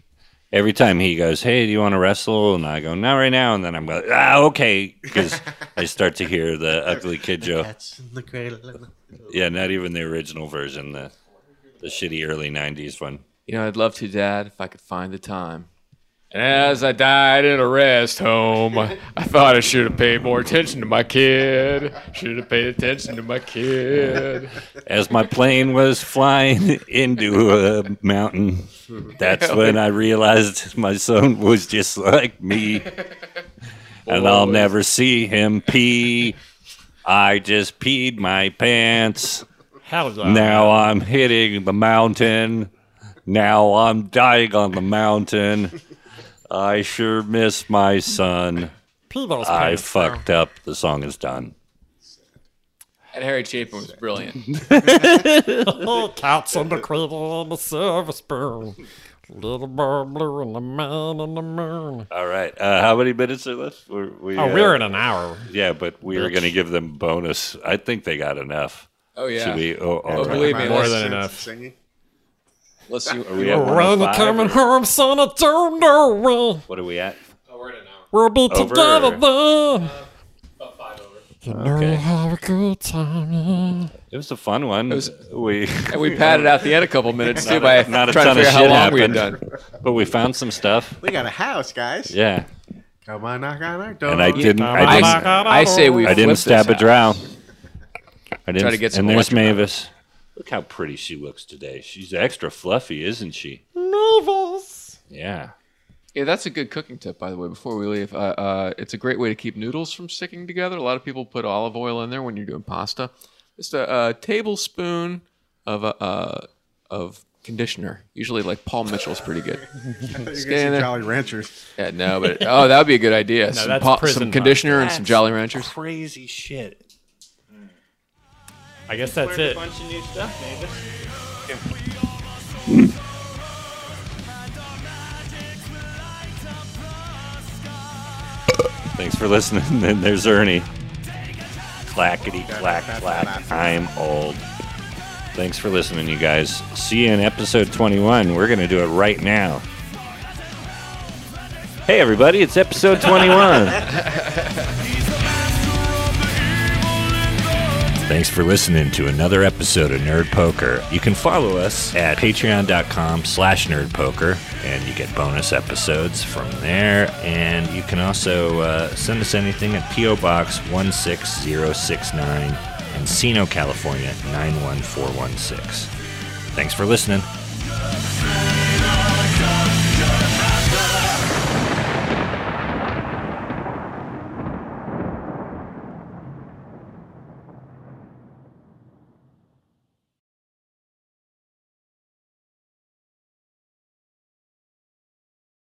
Speaker 1: every time he goes, "Hey, do you want to wrestle?" and I go, "Not right now," and then I'm like, "Ah, okay," because I start to hear the ugly kid Joe.
Speaker 2: That's in the cradle.
Speaker 1: Yeah, not even the original version, the the shitty early '90s one.
Speaker 4: You know, I'd love to, Dad, if I could find the time. And as I died in a rest home, I thought I should have paid more attention to my kid. Should have paid attention to my kid.
Speaker 1: As my plane was flying into a mountain, that's when I realized my son was just like me. And I'll never see him pee. I just peed my pants.
Speaker 3: Hell yeah.
Speaker 1: Now I'm hitting the mountain. Now I'm dying on the mountain. I sure miss my son.
Speaker 3: Pee those
Speaker 1: I
Speaker 3: pants.
Speaker 1: fucked up. The song is done.
Speaker 4: And Harry Chapin was brilliant.
Speaker 3: Oh, cats in the cradle and the silver spoon. Little bird blue and the man on the moon.
Speaker 1: All right. Uh, how many minutes are left? We're, we,
Speaker 3: Oh,
Speaker 1: uh,
Speaker 3: we're at an hour.
Speaker 1: Yeah, but we are going to give them bonus. I think they got enough.
Speaker 4: Oh yeah.
Speaker 1: Should we? Oh, all
Speaker 4: Oh,
Speaker 1: right.
Speaker 4: believe me,
Speaker 3: More
Speaker 4: let's,
Speaker 3: than enough.
Speaker 2: Singing.
Speaker 4: let's see.
Speaker 1: Are we at
Speaker 3: Around the
Speaker 1: 105
Speaker 3: coming
Speaker 1: or-
Speaker 3: home, son, I don't know when
Speaker 1: What are we at?
Speaker 3: we'll be
Speaker 1: Over.
Speaker 3: together then. You know we'll have a good time. yeah.
Speaker 1: It was a fun one. we,
Speaker 4: And we padded out the end a couple minutes too by
Speaker 1: not a
Speaker 4: trying to
Speaker 1: ton of
Speaker 4: figure out how
Speaker 1: shit
Speaker 4: long we had done.
Speaker 1: happened. but we found some stuff.
Speaker 2: We got a house, guys.
Speaker 1: Yeah,
Speaker 2: Come on, knock on our door.
Speaker 1: and I didn't. I
Speaker 4: I,
Speaker 1: didn't.
Speaker 3: Knock on
Speaker 4: I
Speaker 3: our
Speaker 4: say we.
Speaker 1: I didn't
Speaker 4: flipped
Speaker 1: stab a
Speaker 4: this
Speaker 1: drow.
Speaker 4: house.
Speaker 1: I didn't.
Speaker 4: Try to get some
Speaker 1: and there's
Speaker 4: electric-
Speaker 1: Mavis. Look how pretty she looks today. She's extra fluffy, isn't she?
Speaker 3: Mavis.
Speaker 1: Yeah.
Speaker 4: Yeah, that's a good cooking tip, by the way. Before we leave, uh, uh, it's a great way to keep noodles from sticking together. A lot of people put olive oil in there when you're doing pasta. Just a, uh tablespoon of uh, uh, of conditioner. Usually, like Paul Mitchell's pretty good.
Speaker 2: Get
Speaker 4: get in
Speaker 2: some
Speaker 4: there.
Speaker 2: Jolly Ranchers.
Speaker 4: Yeah, no, but oh, that would be a good idea. some
Speaker 3: that's
Speaker 4: pa-
Speaker 3: prison
Speaker 4: some
Speaker 3: money.
Speaker 4: conditioner and some Jolly Ranchers.
Speaker 1: Crazy shit.
Speaker 3: I guess that's it.
Speaker 1: of new stuff, Mavis. Thanks for listening. And there's Ernie. Clackety clack clack. I'm old. Thanks for listening, you guys. See you in episode 21. We're going to do it right now. Hey, everybody, it's episode
Speaker 10: He's
Speaker 1: 21.
Speaker 10: the master of the evil in the
Speaker 1: Thanks for listening to another episode of Nerd Poker. You can follow us at patreon.com slash nerdpoker, and you get bonus episodes from there. And you can also uh, send us anything at P.O. Box 16069, Encino, California 91416. Thanks for listening.